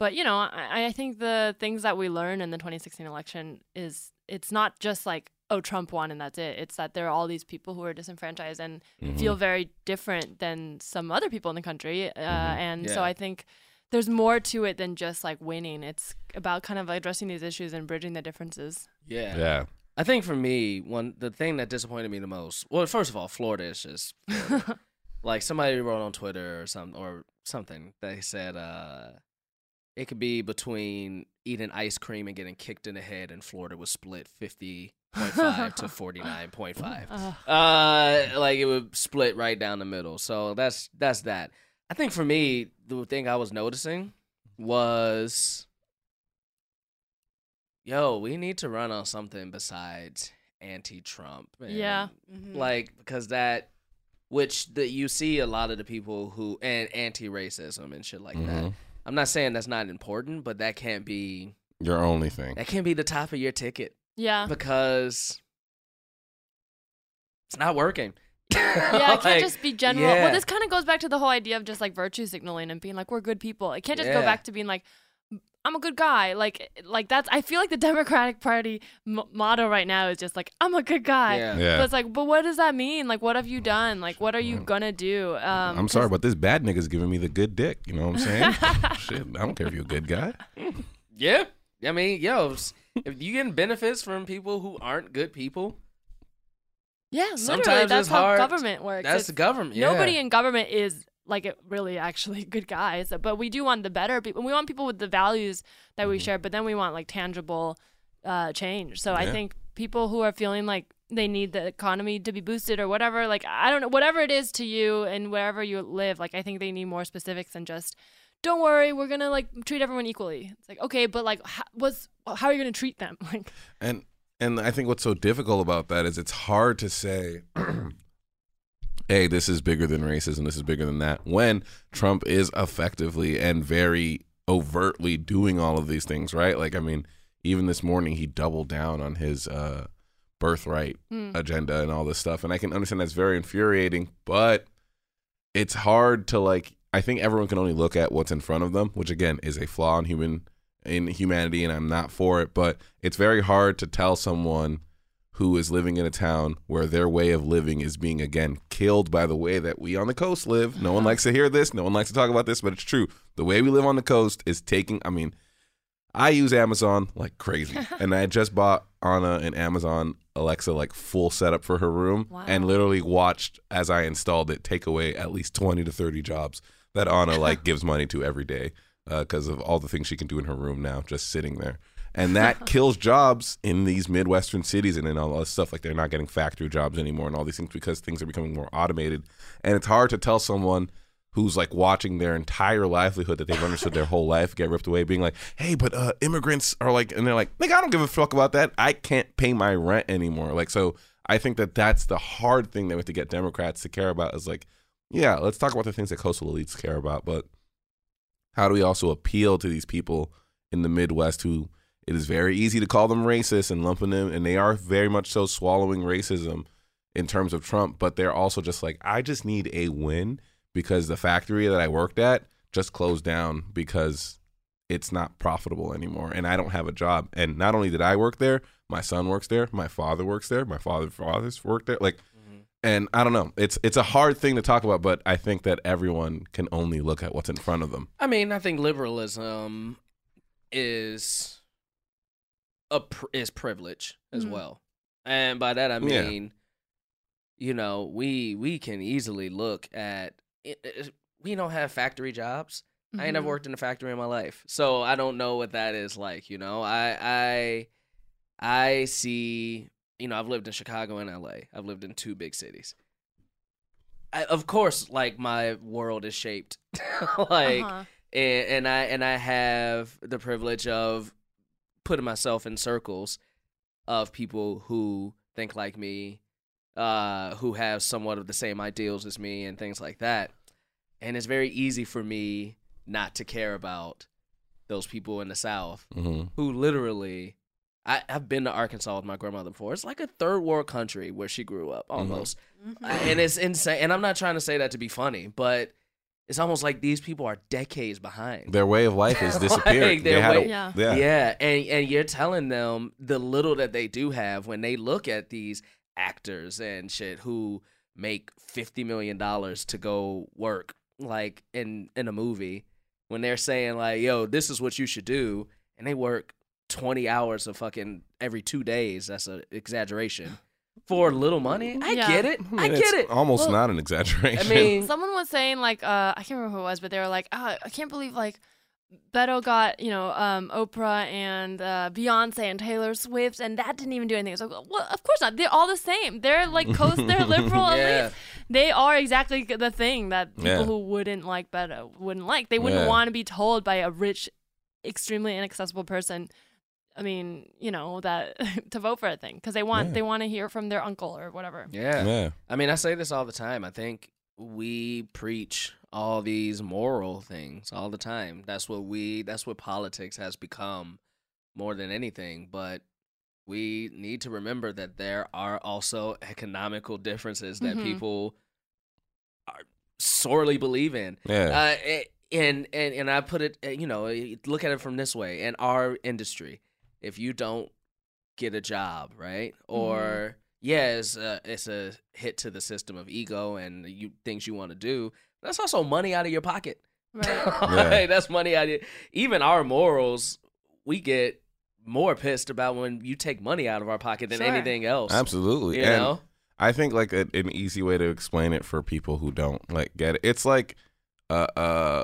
But you know, I, I think the things that we learned in the 2016 election is it's not just like oh Trump won and that's it. It's that there are all these people who are disenfranchised and feel very different than some other people in the country, uh, and so
Yeah.
I think there's more to it than just like winning. It's about kind of addressing these issues and bridging the differences.
Yeah.
Yeah.
I think for me, one the thing that disappointed me the most. Well, first of all, Florida is just Florida. like somebody wrote on Twitter or some or something. They said uh, it could be between eating ice cream and getting kicked in the head, and Florida was split fifty point five to forty nine point five.
Ugh.
Uh, like it would split right down the middle. So that's that's that. I think for me, the thing I was noticing was, yo, we need to run on something besides anti-Trump.
Yeah.
Mhm.
like because that, which that you see a lot of the people who and anti-racism and shit like that.
Mhm.
I'm not saying that's not important, but that can't be
Your only thing.
that can't be the top of your ticket
Yeah.
because it's not working.
Yeah, it can't
Like,
just be general.
yeah.
Well, this kind of goes back to the whole idea of just like virtue signaling and being like we're good people. It can't just go
Yeah.
back to being like I'm a good guy. Like like that's I feel like the Democratic Party m- motto right now is just like I'm a good guy.
Yeah.
Yeah. Mm.
But it's like, but what does that mean? Like, what have you done? Like, what are you gonna do? Um,
I'm sorry, but this bad nigga's giving me the good dick. You know what I'm saying? Shit, I don't care if you're a good guy.
Yeah. I mean, yo, s- if you getting benefits from people who aren't good people,
Yeah, literally,
sometimes
that's
it's
how
hard.
government works.
that's the
It's-
government. Yeah.
Nobody in government is like it really actually good guys, but we do want the better people. We want people with the values that
Mm-hmm.
we share, but then we want like tangible uh, change. So I
Yeah.
think people who are feeling like they need the economy to be boosted or whatever, like I don't know, whatever it is to you and wherever you live, like I think they need more specifics than just. Don't worry, we're gonna like treat everyone equally. It's like okay, but like, how, what's how are you gonna treat them? Like,
And and I think what's so difficult about that is it's hard to say, hey, this is bigger than racism, this is bigger than that, when Trump is effectively and very overtly doing all of these things, right? Like, I mean, even this morning he doubled down on his uh, birthright agenda and all this stuff, and I can understand that's very infuriating, but it's hard to like. I think everyone can only look at what's in front of them, which again is a flaw in human in humanity, and I'm not for it. But it's very hard to tell someone who is living in a town where their way of living is being again killed by the way that we on the coast live. No one likes to hear this. No one likes to talk about this, but it's true. The way we live on the coast is taking. I mean, I use Amazon like crazy, and I just bought Anna an Amazon Alexa like full setup for her room,
Wow.
and literally watched as I installed it take away at least twenty to thirty jobs that Anna like gives money to every day because of all the things she can do in her room now, just sitting there. And that kills jobs in these Midwestern cities and in all this stuff. Like they're not getting factory jobs anymore and all these things because things are becoming more automated. And it's hard to tell someone who's like watching their entire livelihood that they've understood their whole life get ripped away, being like, hey, but uh, immigrants are like, and they're like, nigga, I don't give a fuck about that. I can't pay my rent anymore. Like, so I think that that's the hard thing that we have to get Democrats to care about is like, yeah, let's talk about the things that coastal elites care about, but how do we also appeal to these people in the Midwest who it is very easy to call them racist and lumping them, and they are very much so swallowing racism in terms of Trump, but they're also just like, I just need a win because the factory that I worked at just closed down because it's not profitable anymore and I don't have a job. And not only did I work there, my son works there, my father works there, my father's father's worked there. Like
Mm-hmm.
and I don't know. It's it's a hard thing to talk about, but I think that everyone can only look at what's in front of them.
I mean, I think liberalism is a pr- is privilege as
Mhm.
well, and by that I
Yeah.
mean, you know, we we can easily look at it, it- we don't have factory jobs. I ain't never
mhm.
worked in a factory in my life, so I don't know what that is like. You know, I I I see. You know, I've lived in Chicago and L.A. I've lived in two big cities. I, of course, like my world is shaped, like
Uh-huh.
and, and I and I have the privilege of putting myself in circles of people who think like me, uh, who have somewhat of the same ideals as me, and things like that. And it's very easy for me not to care about those people in the South
Mm-hmm.
who literally. I, I've been to Arkansas with my grandmother before. It's like a third world country where she grew up almost.
Mm-hmm.
Uh, And it's insane. And I'm not trying to say that to be funny, but it's almost like these people are decades behind.
Their way of life has disappeared.
Like, their
they had
way-
a,
Yeah.
Yeah. and and you're telling them the little that they do have when they look at these actors and shit who make fifty million dollars to go work like in in a movie, when they're saying like, "Yo, this is what you should do," and they work twenty hours of fucking every two days. That's an exaggeration for little money. I
Yeah.
get it.
mean,
I
Hmm. it's
get it.
Almost
Well,
not an exaggeration.
I mean,
Someone was saying like uh, I can't remember who it was, but they were like, oh, I can't believe like Beto got you know um, Oprah and uh, Beyonce and Taylor Swift, and that didn't even do anything. So well, of course not. They're all the same. They're like coast. They're liberal
Yeah.
elites. They are exactly the thing that people
Yeah.
who wouldn't like Beto wouldn't like. They wouldn't
Yeah.
want to be told by a rich, extremely inaccessible person. I mean, you know that to vote for a thing because they want
Yeah.
they want to hear from their uncle or whatever.
yeah.
yeah.
I mean, I say this all the time. I think we preach all these moral things all the time. That's what we that's what politics has become more than anything, but we need to remember that there are also economical differences that
Mhm.
people are sorely believe in.
Yeah.
Uh, a- and and and I put it, uh, you know, eh, look at it from this way: in our industry, if you don't get a job, right,
Mm-hmm.
or yeah, it's a, it's a hit to the system of ego and you things you want to do. That's also money out of your pocket.
Right.
Right? That's money out of your- even our morals. We get more pissed about when you take money out of our pocket than
Sure.
anything else.
Absolutely.
uh, You
and
know?
I think like a, an easy way to explain it for people who don't like get it. It's like uh uh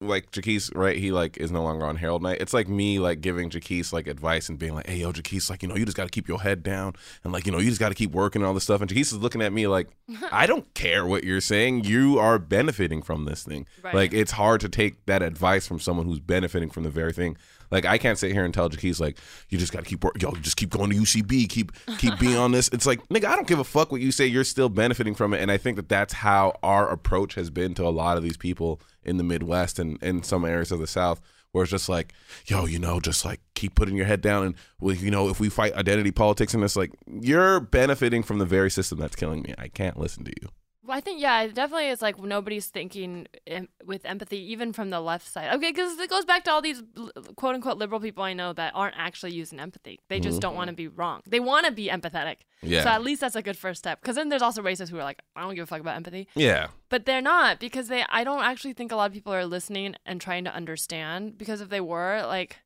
like Jaquise, right? He like is no longer on Herald Night. It's like me like giving Jaquise like advice and being like, "Hey, yo, Jaquise, like you know, you just got to keep your head down and like you know, you just got to keep working and all this stuff." And Jaquise is looking at me like, "I don't care what you're saying. You are benefiting from this thing.
Right.
Like it's hard to take that advice from someone who's benefiting from the very thing. Like I can't sit here and tell Jaquise like you just gotta keep work, yo, just keep going to UCB, keep keep being on this. It's like nigga, I don't give a fuck what you say. You're still benefiting from it, and I think that that's how our approach has been to a lot of these people in the Midwest and in some areas of the South, where it's just like, yo, you know, just like keep putting your head down, and well, you know, if we fight identity politics and it's like you're benefiting from the very system that's killing me. I can't listen to you.
Well, I think yeah, it definitely is like nobody's thinking em- with empathy, even from the left side. Okay, because it goes back to all these l- quote unquote liberal people I know that aren't actually using empathy. They just don't want to be wrong. They want to be empathetic.
Yeah.
So at least that's a good first step. Because then there's also racists who are like, I don't give a fuck about empathy,
Yeah,
but they're not because they. I don't actually think a lot of people are listening and trying to understand. Because if they were, like,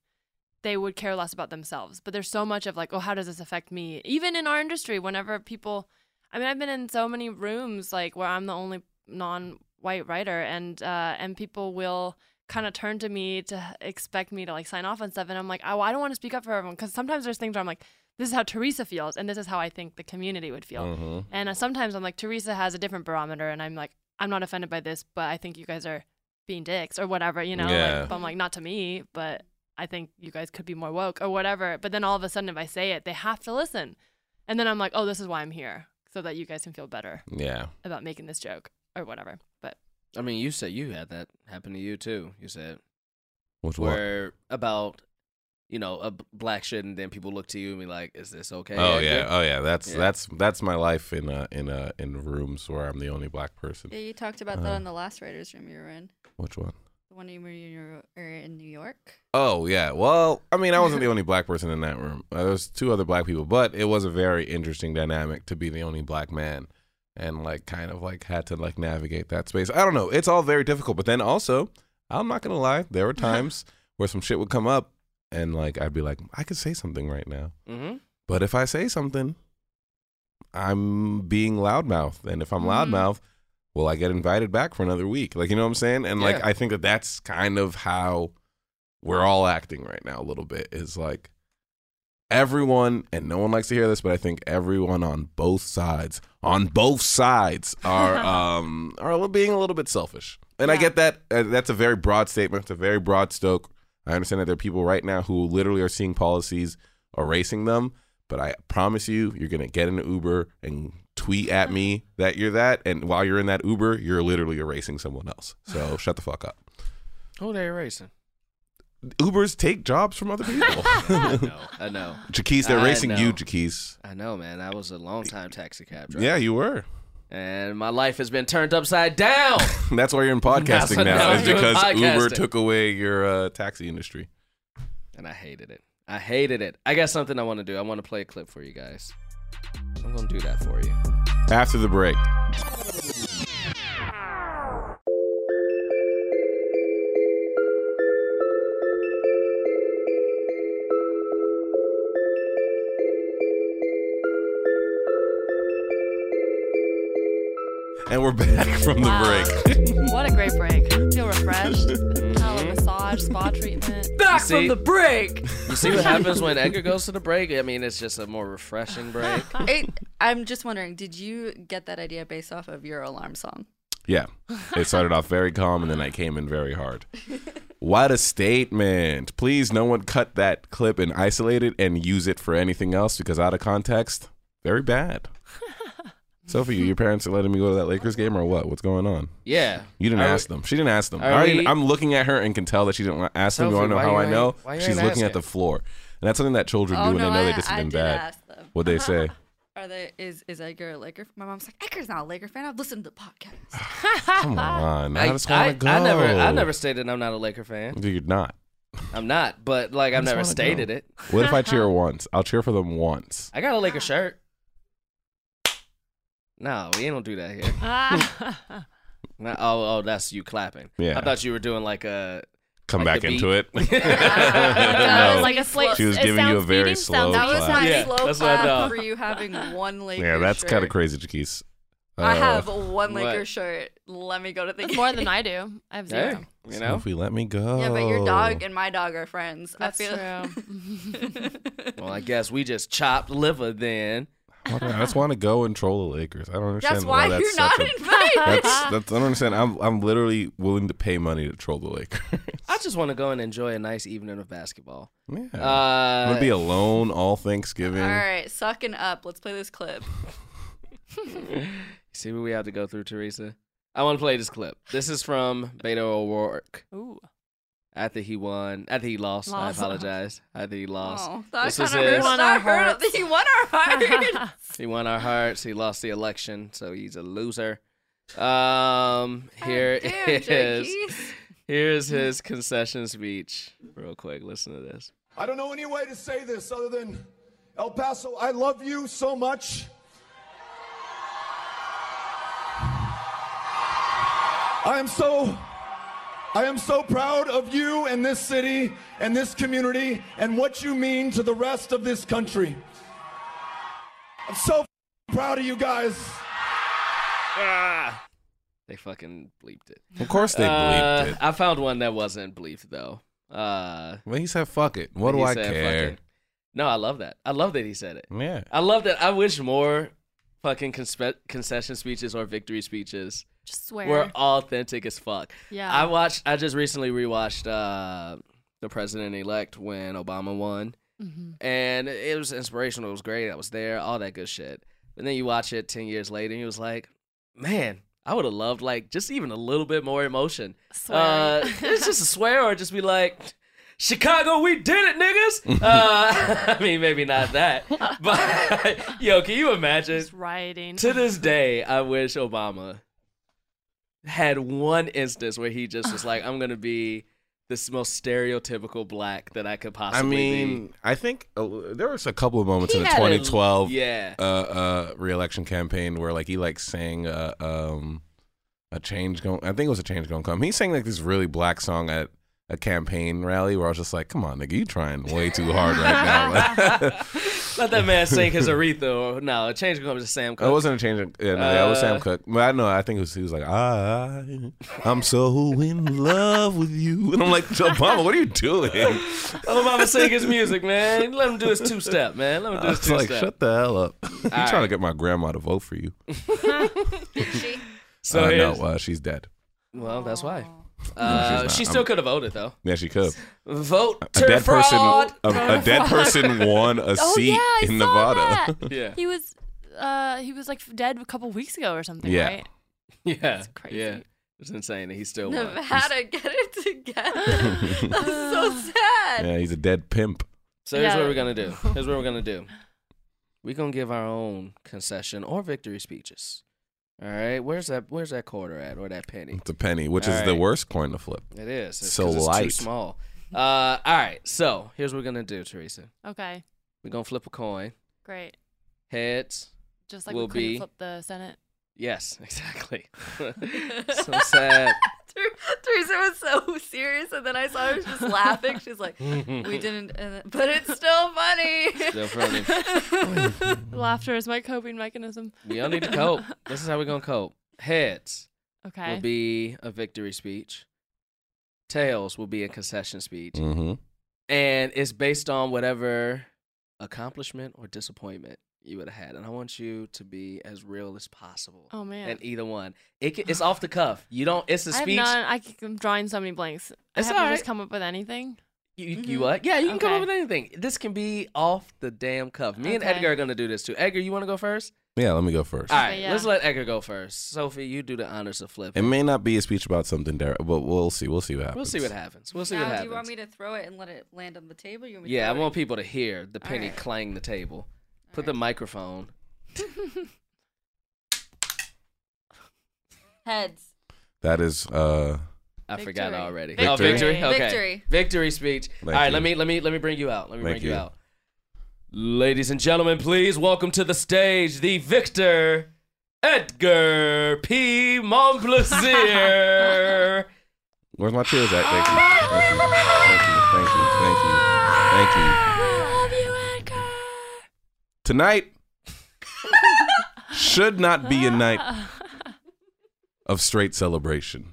they would care less about themselves. But there's so much of like, oh, how does this affect me? Even in our industry, whenever people, I mean, I've been in so many rooms like where I'm the only non-white writer, and uh, and people will kind of turn to me to expect me to like sign off on stuff, and I'm like, oh, I don't want to speak up for everyone because sometimes there's things where I'm like. This is how Teresa feels, and this is how I think the community would feel.
Mm-hmm.
And uh, sometimes I'm like, Teresa has a different barometer, and I'm like, I'm not offended by this, but I think you guys are being dicks or whatever, you know?
Yeah.
Like, but I'm like, not to me, but I think you guys could be more woke or whatever. But then all of a sudden, if I say it, they have to listen. And then I'm like, oh, this is why I'm here, so that you guys can feel better
yeah.
about making this joke or whatever. But
I mean, you said you had that happen to you too. You said
Which one?
where about you know a b- black shit and then people look to you and be like is this okay
Oh
Edgar?
yeah, oh yeah. That's
Yeah.
that's that's my life in uh, in uh, in rooms where I'm the only black person.
Yeah, you talked about that
Uh.
on the last writers' room you were in,
Which one?
the one you were in, your- or in New York.
Oh yeah. Well, I mean, I wasn't the only black person in that room. Uh, there was two other black people, but it was a very interesting dynamic to be the only black man and like kind of like had to like navigate that space. I don't know. It's all very difficult, but then also, I'm not going to lie, there were times where some shit would come up and like I'd be like, I could say something right now.
mm-hmm.
But if I say something, I'm being loudmouth. And if I'm
Mhm.
loudmouth, well, I get invited back for another week. Like, you know what I'm saying? And like,
Yeah.
I think that that's kind of how we're all acting right now a little bit is like everyone, and no one likes to hear this, but I think everyone on both sides, on both sides are, um, are a little- being a little bit selfish. And I
Yeah.
get that. Uh, that's a very broad statement. It's a very broad stroke. I understand that there are people right now who literally are seeing policies erasing them, but I promise you, you're gonna get in an Uber and tweet at me that you're that, and while you're in that Uber, you're literally erasing someone else. So shut the fuck up.
oh they're erasing
Ubers take jobs from other people.
i know i know
Jaquise, they're
I
racing you,
know.
Jaquise.
i know man i was a long time taxi cab driver
Yeah, you were.
and my life has been turned upside down
That's why you're in podcasting
what-
now,
now
is
I'm doing
because Uber
podcasting.
took away your uh, taxi industry.
and i hated it i hated it i got something i want to do i want to play a clip for you guys i'm gonna do that for you
After the break. And we're back from the
Wow.
break.
What a great break. Feel refreshed. Have a massage, spa treatment.
You
Back
see-
from the break.
You see what happens when Edgar goes to the break? I mean, it's just a more refreshing break.
It, I'm just wondering, did you get that idea based off of your alarm song?
Yeah. It started off very calm and then I came in very hard. What a statement. Please, no one cut that clip and isolate it and use it for anything else because out of context, very bad. Sophie, your parents are letting me go to that Lakers game or what? What's going on?
Yeah.
You didn't
Are-
ask them. She didn't ask them.
are
I already,
we-
I'm looking at her and can tell that she didn't ask them. You
Sophie,
want to know
why
how
you
I
ain't-
know?
why you
She's
ain't
looking at
asking?
the floor. And that's something that children do when they know they did something
Oh, I did
bad.
ask them.
What they say.
Are they? Is is Edgar a Laker? My mom's like, Edgar's not a Laker fan. I've listened to the podcast.
Come on.
I,
How does I,
I-
go?
I never I never stated I'm not a Laker fan.
You're not.
I'm not, but like
just
I've never
wanna
stated
go.
it.
What if I cheer once? I'll cheer for them once.
I got a Laker shirt. No, we don't do that here.
Ah.
No, oh, oh, that's you clapping.
Yeah.
I thought you were doing like a.
Come back
Like the
into it.
That
No.
was like a slate.
She was
it
giving you a
sounds
very
beating,
slow
sounds
That was
clap.
my
Yeah,
slow
that's what I
clap
know.
for you having one Laker.
yeah, that's kind of
shirt.
crazy, Jaquise.
I
Uh,
have one Laker
What?
shirt. Let me go to the
That's
game.
more than I do. I have
Hey,
zero.
you know.
Sophie, let me go.
Yeah, but your
Oh.
dog and my dog are friends.
That's
I feel
true.
Well, I guess we just chopped liver then.
Why do I just want to go and troll the Lakers. I don't understand
that's why
oh, that's
you're not
such a-
invited.
that's, that's, I don't understand. I'm, I'm literally willing to pay money to troll the Lakers.
I just want to go and enjoy a nice evening of basketball.
yeah. I'm
Uh,
gonna be alone all Thanksgiving.
All right, sucking up. Let's play this clip.
See what we have to go through, Teresa. I want to play this clip. This is from Beto O'Rourke
Ooh.
after he won, after he lost. I
Lost.
apologize. After he lost,
Oh, that
This
kind
was
of
his-
hurt.
Won
That
our
hurt.
hearts.
He won our heart.
he won our hearts. He lost the election, so he's a loser. Um, here
God damn,
is
Jaquise.
here's his concession speech. Real quick, listen to this.
I don't know any way to say this other than El Paso, I love you so much. I am so I am so proud of you and this city and this community and what you mean to the rest of this country. I'm so f***ing proud of you guys.
They fucking bleeped it.
Of course they
Uh,
believed it.
I found one that wasn't bleeped though. Uh,
Well, he said, "Fuck it. What
he
do I
said, "Fuck
care?"
it." No, I love that. I love that he said it.
Yeah.
I love that. I wish more fucking conspe- concession speeches or victory speeches
Just swear.
were authentic as fuck.
Yeah.
I watched. I just recently rewatched uh, the president elect when Obama won,
Mm-hmm.
and it was inspirational. It was great. I was there. All that good shit. And then you watch it ten years later, and he was like, "Man, I would have loved like just even a little bit more emotion." Uh,
Swearing.
it's just a swear, or just be like. Chicago, we did it, niggas. Uh, I mean, maybe not that, but yo, can you imagine?
Just rioting.
to this day, I wish Obama had one instance where he just was like, "I'm gonna be this most stereotypical black that I could
I
possibly be."
mean, I think uh, there was a couple of moments
He
in the
had a-
2012
yeah.
uh, uh, re-election campaign where like he like sang uh, um, a change going. I think it was a change going to come. He sang like this really black song at a campaign rally where I was just like, "Come on, nigga, you trying way too hard right now." Like,
Let that man sing his Aretha, or no, a change comes to Sam
it
Cooke.
wasn't a change. in- Yeah, no, yeah, it was Sam
Uh,
Cooke. But I know. I think it was, he was like, "I, I'm so in love with you," and I'm like, "Obama, what are you doing?"
Obama sing his music, man. Let him do his two step, man. Let him do
I
his
was
two
like,
step.
shut the hell up. you
All
trying to
right.
get my grandma to vote for you.
so
uh, no,
here's-
uh, she's dead.
well, Oh, that's why.
she's
Uh,
not.
she
I'm-
still could have voted though.
Yeah, she could.
Vote
A
to
dead person,
fraud.
a, a dead person won a
oh
seat
yeah, I
in
saw
Nevada.
that.
Yeah.
Oh. He was, uh, he was like dead a couple weeks ago or something,
Yeah.
right?
Yeah,
crazy.
yeah. It's insane that he still won.
Nevada, get it together. That's so sad.
Yeah, he's a dead pimp.
So here's what
Yeah.
we're gonna do. Here's what we're gonna do. We're gonna give our own concession or victory speeches. All right, where's that? Where's that quarter at, or that penny?
It's a penny, which
All
is
right.
the worst coin to flip.
It is. It's
So
'cause it's too
light.
small. Uh, all right. So here's what we're gonna do, Teresa.
Okay,
We're gonna flip a coin.
great.
Heads.
Just like
Will
we couldn't
be.
flip the Senate.
Yes, exactly. so sad.
Teresa was so serious, and then I saw her just laughing. She's like, "We didn't," and then- but it's still funny.
Still funny. Mm-hmm.
Laughter is my coping mechanism.
We all need to cope. This is how we're gonna cope. Heads
Okay.
will be a victory speech. Tails will be a concession speech.
Mm-hmm.
And it's based on whatever accomplishment or disappointment you would have had. And I want you to be as real as possible.
oh man.
And either one. It can, it's off the cuff. You don't. It's a
I have
speech.
none. I c- I'm drawing so many blanks.
It's
I have to
alright.
just come up with anything.
You,
Mm-hmm.
you what? Yeah, you can come
Okay.
up with anything. This can be off the damn cuff. Me and
Okay.
Edgar are gonna do this too. Edgar, you want to go first?
Yeah, let me go first.
All right,
yeah.
let's let Edgar go first. Sophie, you do the honors of flip.
It may not be a speech about something, Derek, but we'll see. We'll see what happens.
We'll see what happens. We'll see
now,
what
do
happens.
you want me to throw it and let it land on the table? You want me to
yeah, I
throw it?
want people to hear the
All
penny
right.
clang the table. Put the microphone.
heads.
That is. uh
I forgot
Victory.
already.
Victory.
Oh, victory. Okay.
Victory.
Victory speech. All right, let
you.
me let me let me bring you out. Let me
Thank
bring you.
you.
out. Ladies and gentlemen, please welcome to the stage the victor Edgar P. Montplaisir.
Where's my tears at? Thank you. Thank you. Thank you. Thank you. Thank you. Thank you.
Love you, Edgar.
Tonight should not be a night of straight celebration.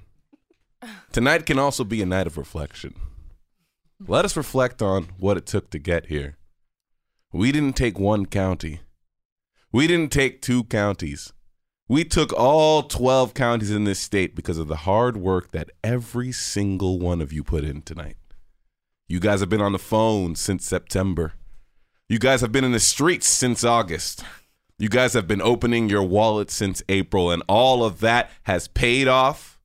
Tonight can also be a night of reflection. Let us reflect on what it took to get here. We didn't take one county. We didn't take two counties. We took all 12 counties in this state because of the hard work that every single one of you put in tonight. You guys have been on the phone since September. You guys have been in the streets since August. You guys have been opening your wallet since April, and all of that has paid off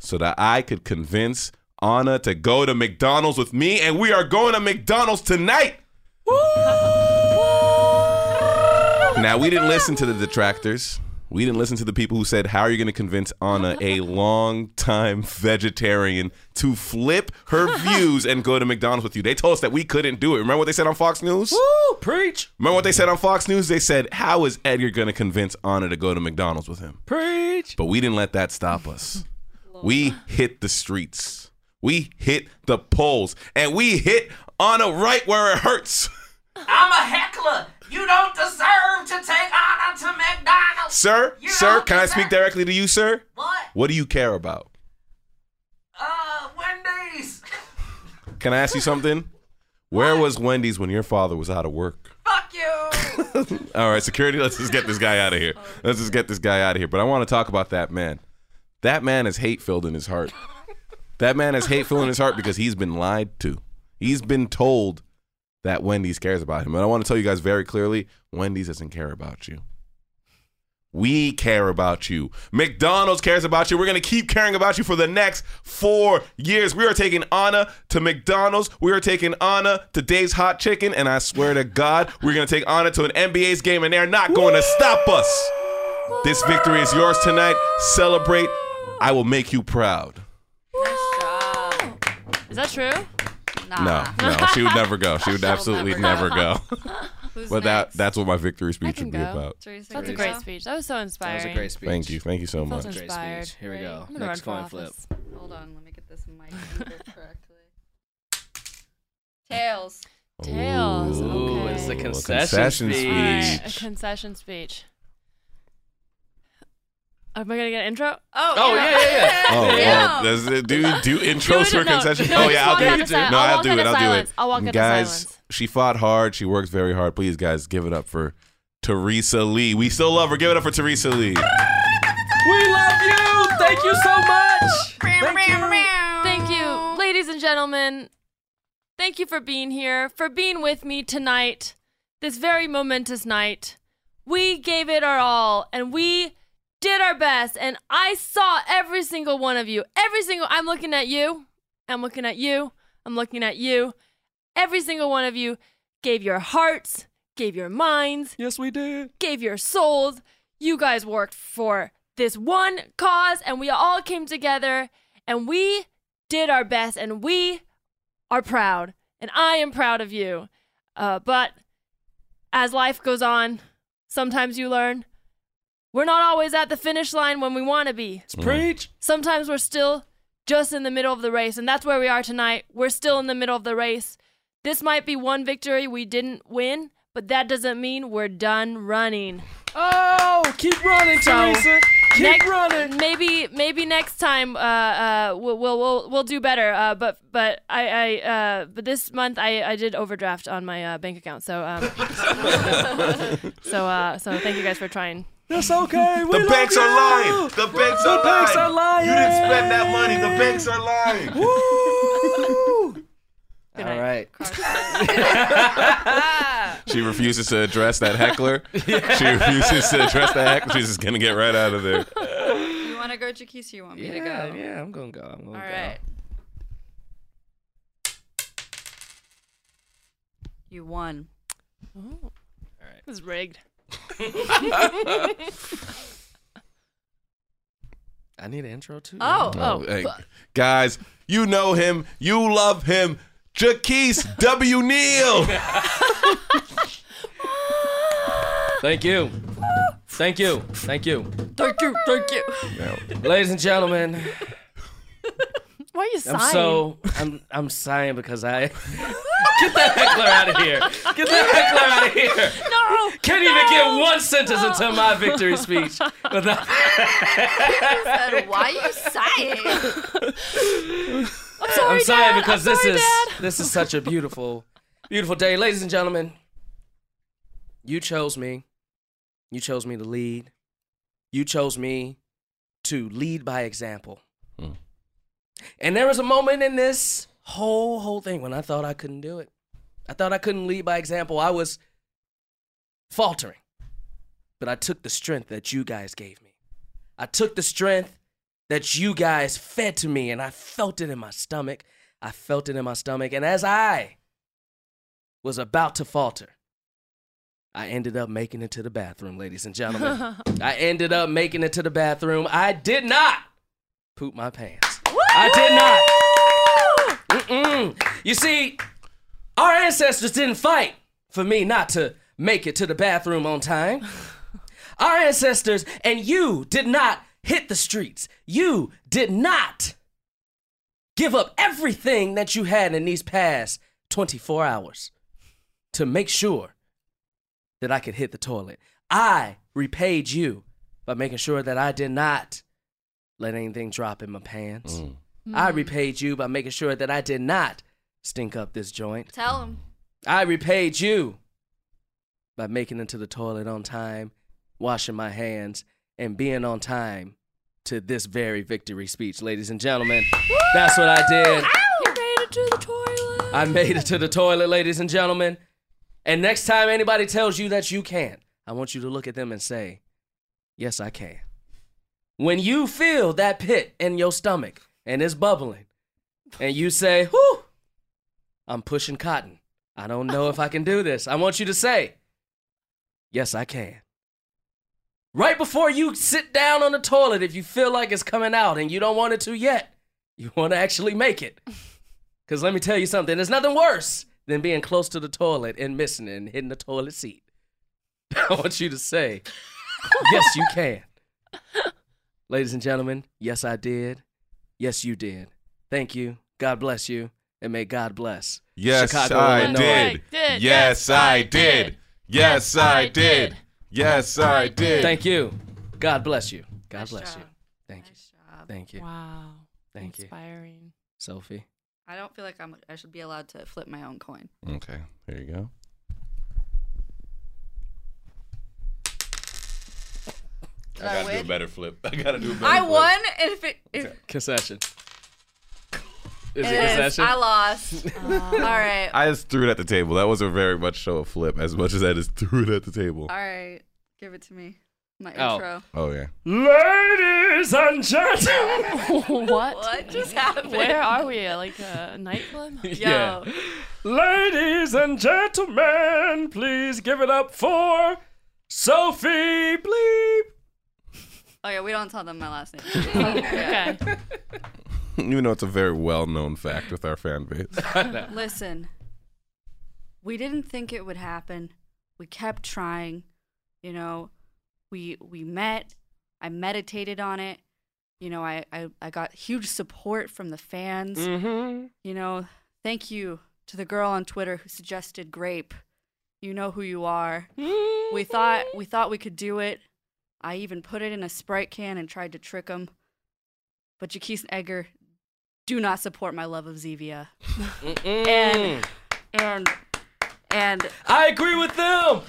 so that I could convince Anna to go to McDonald's with me, and we are going to McDonald's tonight. Now, we didn't listen to the detractors. We didn't listen to the people who said, How are you going to convince Anna, a longtime vegetarian, to flip her views and go to McDonald's with you? They told us that we couldn't do it. Remember what they said on Fox News?
Woo! Preach!
Remember what they said on Fox News? They said, How is Edgar going to convince Anna to go to McDonald's with him?
Preach!
But we didn't let that stop us. we hit the streets, we hit the polls, and we hit Anna right where it hurts.
I'm a heckler. You don't deserve to take honor to McDonald's.
sir,
You
sir,
don't
can I
deserve-
speak directly to you, sir?
What?
What do you care about?
Uh, Wendy's.
Can I ask you something? Where was Wendy's when your father was out of work?
Fuck you.
All right, security, let's just get this guy out of here. Let's just get this guy out of here. But I want to talk about that man. That man is hate filled in his heart. That man is hate filled in his heart because he's been lied to. He's been told that Wendy's cares about him. And I want to tell you guys very clearly Wendy's doesn't care about you. We care about you. McDonald's cares about you. We're going to keep caring about you for the next four years. We are taking Anna to McDonald's. We are taking Anna to Dave's Hot Chicken. And I swear to God, we're going to take Anna to an NBA's game, and they're not going to stop us. This victory is yours tonight. Celebrate. I will make you proud.
Is that true?
Nah.
No, no, she would never go. She would absolutely never
never
go.
Who's
But that
next?
that's what my victory
I
speech
can
would be
go.
about.
Teresa,
That's a
you
great
go?
speech. That was so
That
inspiring.
was a great speech.
Thank you. Thank you so much.
Felt
Great
inspired.
speech. Here we
Ready?
go.
I'm gonna
Next
run
coin
for
flip.
office.
Hold on, let me get this mic angled correctly. Tails.
Tails,
Ooh, it's the
Okay.
concession
concession, speech.
All right, a
Speech.
concession speech. Am I gonna get an intro? Oh,
Oh, yeah, yeah, yeah.
Oh, well,
Yeah.
does it do do
Do
intros
it-
for
no,
concession?
no,
oh
just
yeah, I'll
walk
do
out
it.
in silence.
No,
I'll
I'll
walk
do
into
it. I'll do it.
silence. I'll walk into
guys,
silence.
she fought hard. She worked very hard. Please, guys, give it up for Teresa Lee. We still love her. Give it up for Teresa Lee.
We love you! Thank you so much!
Thank you, ladies and gentlemen. Thank you for being here, for being with me tonight, this very momentous night. We gave it our all and we did our best. And I saw every single one of you. Every single, I'm looking at you. I'm looking at you. I'm looking at you. Every single one of you gave your hearts, gave your minds,
Yes, we did.
gave your souls. You guys worked for this one cause, and we all came together and we did our best, and we are proud. And I am proud of you. Uh, but as life goes on, sometimes you learn we're not always at the finish line when we want to be.
Preach!
Sometimes we're still just in the middle of the race, and that's where we are tonight. We're still in the middle of the race. This might be one victory we didn't win, but that doesn't mean we're done running.
Oh, keep running,
So-
Teresa! Keep
Next-
running.
Maybe maybe next time uh, uh, we'll, we'll we'll we'll do better. Uh, but but I, I uh, but this month I, I did overdraft on my uh, bank account. So um, so uh, so thank you guys for trying.
That's okay.
The banks are lying. The banks are lying.
banks are lying.
You didn't spend that money. The banks are lying.
Good
All
night.
right.
she refuses to address that heckler. She refuses to address that heckler. She's just gonna get right out of there.
You want to go, Jaquise? You want me to go?
Yeah, yeah, I'm gonna go. I'm gonna
All
go.
right. You won.
This is rigged.
I need an intro too.
Oh,
Oh, hey. guys, you know him. You love him. Jaquise W. Neal.
Thank you. Thank you. Thank you.
thank you, thank you.
Ladies and gentlemen,
Why are you
I'm
sighing?
so I'm I'm sighing because I Get that heckler out of here. Get that heckler out of here.
no,
Can't even get one sentence into my victory speech without
Said, Why are you sighing?
I'm sorry,
I'm sorry
Dad.
because
I'm
this
sorry,
is
Dad.
this is such a beautiful, beautiful day, ladies and gentlemen. You chose me. You chose me to lead. You chose me to lead by example.
Mm.
And there was a moment in this whole whole thing when I thought I couldn't do it. I thought I couldn't lead by example. I was faltering. But I took the strength that you guys gave me. I took the strength that you guys fed to me and I felt it in my stomach. I felt it in my stomach. And as I was about to falter, I ended up making it to the bathroom, ladies and gentlemen. I ended up making it to the bathroom. I did not poop my pants. I did not. Mm-mm. You see, our ancestors didn't fight for me not to make it to the bathroom on time. Our ancestors and you did not hit the streets. You did not give up everything that you had in these past 24 hours to make sure that I could hit the toilet. I repaid you by making sure that I did not let anything drop in my pants. I repaid you by making sure that I did not stink up this joint.
Tell him.
I repaid you by making it to the toilet on time, washing my hands, and being on time to this very victory speech, ladies and gentlemen. That's what I did.
You made it to the toilet.
I made it to the toilet, ladies and gentlemen. And next time anybody tells you that you can't, I want you to look at them and say, Yes, I can. When you feel that pit in your stomach and it's bubbling, and you say, Whew, I'm pushing cotton. I don't know if I can do this. I want you to say, Yes, I can. Right before you sit down on the toilet, if you feel like it's coming out and you don't want it to yet, you want to actually make it. Because let me tell you something, there's nothing worse than being close to the toilet and missing it and hitting the toilet seat. I want you to say, yes, you can. Ladies and gentlemen, yes, I did. Yes, you did. Thank you. God bless you. And may God bless.
Yes,
Chicago,
I
Illinois.
did. Yes,
did. Yes,
I
I
did.
did.
Yes, I did. Yes, I did.
Thank you. God bless you. God bless
job.
you. Thank you.
Nice job.
Thank you.
Wow.
Thank you.
Inspiring.
Sophie.
I don't feel like I'm. I should be allowed to flip my own coin.
Okay, there you go.
Did I, win?
better flip. I gotta do a better
I won. And if it, if
Concession. Is
it is, I lost. Uh, All right.
I just threw it at the table. That wasn't very much show a flip as much as I just threw it at the table.
All right. Give it to me. My
Oh.
intro.
Oh, yeah.
Ladies and gentlemen.
what?
What just happened?
Where are we? Like a nightclub?
Yo.
Ladies and gentlemen, please give it up for Sophie Bleep.
Oh yeah. We don't tell them my last name. Okay.
Okay.
You know, it's a very well known fact with our fan base.
Listen, we didn't think it would happen. We kept trying. You know, we we met. I meditated on it. You know, I I, I got huge support from the fans.
Mm-hmm.
You know, thank you to the girl on Twitter who suggested grape. You know who you are. We thought we thought we could do it. I even put it in a Sprite can and tried to trick him. But Jaquise Egger, do not support my love of Zevia. And and and
I agree with them.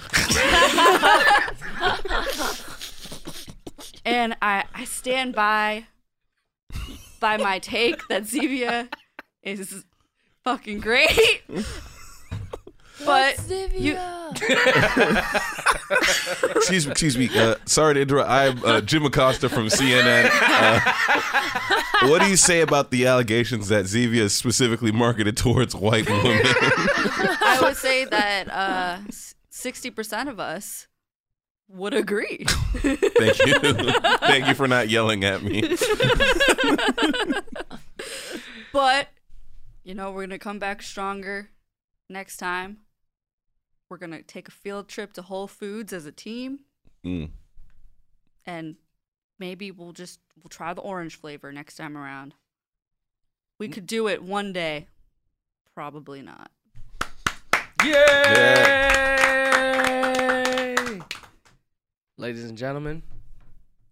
and I, I stand by by my take that Zevia is fucking great. But you
Excuse me, excuse me. Uh, sorry to interrupt. I'm uh, Jim Acosta from CNN. Uh, what do you say about the allegations that Zevia is specifically marketed towards white women?
I would say that uh, s- 60% of us would agree.
Thank you. Thank you for not yelling at me.
but, you know, we're going to come back stronger next time. We're going to take a field trip to Whole Foods as a team
Mm.
and maybe we'll just we'll try the orange flavor next time around. We could do it one day. Probably not.
Yay! Ladies and gentlemen,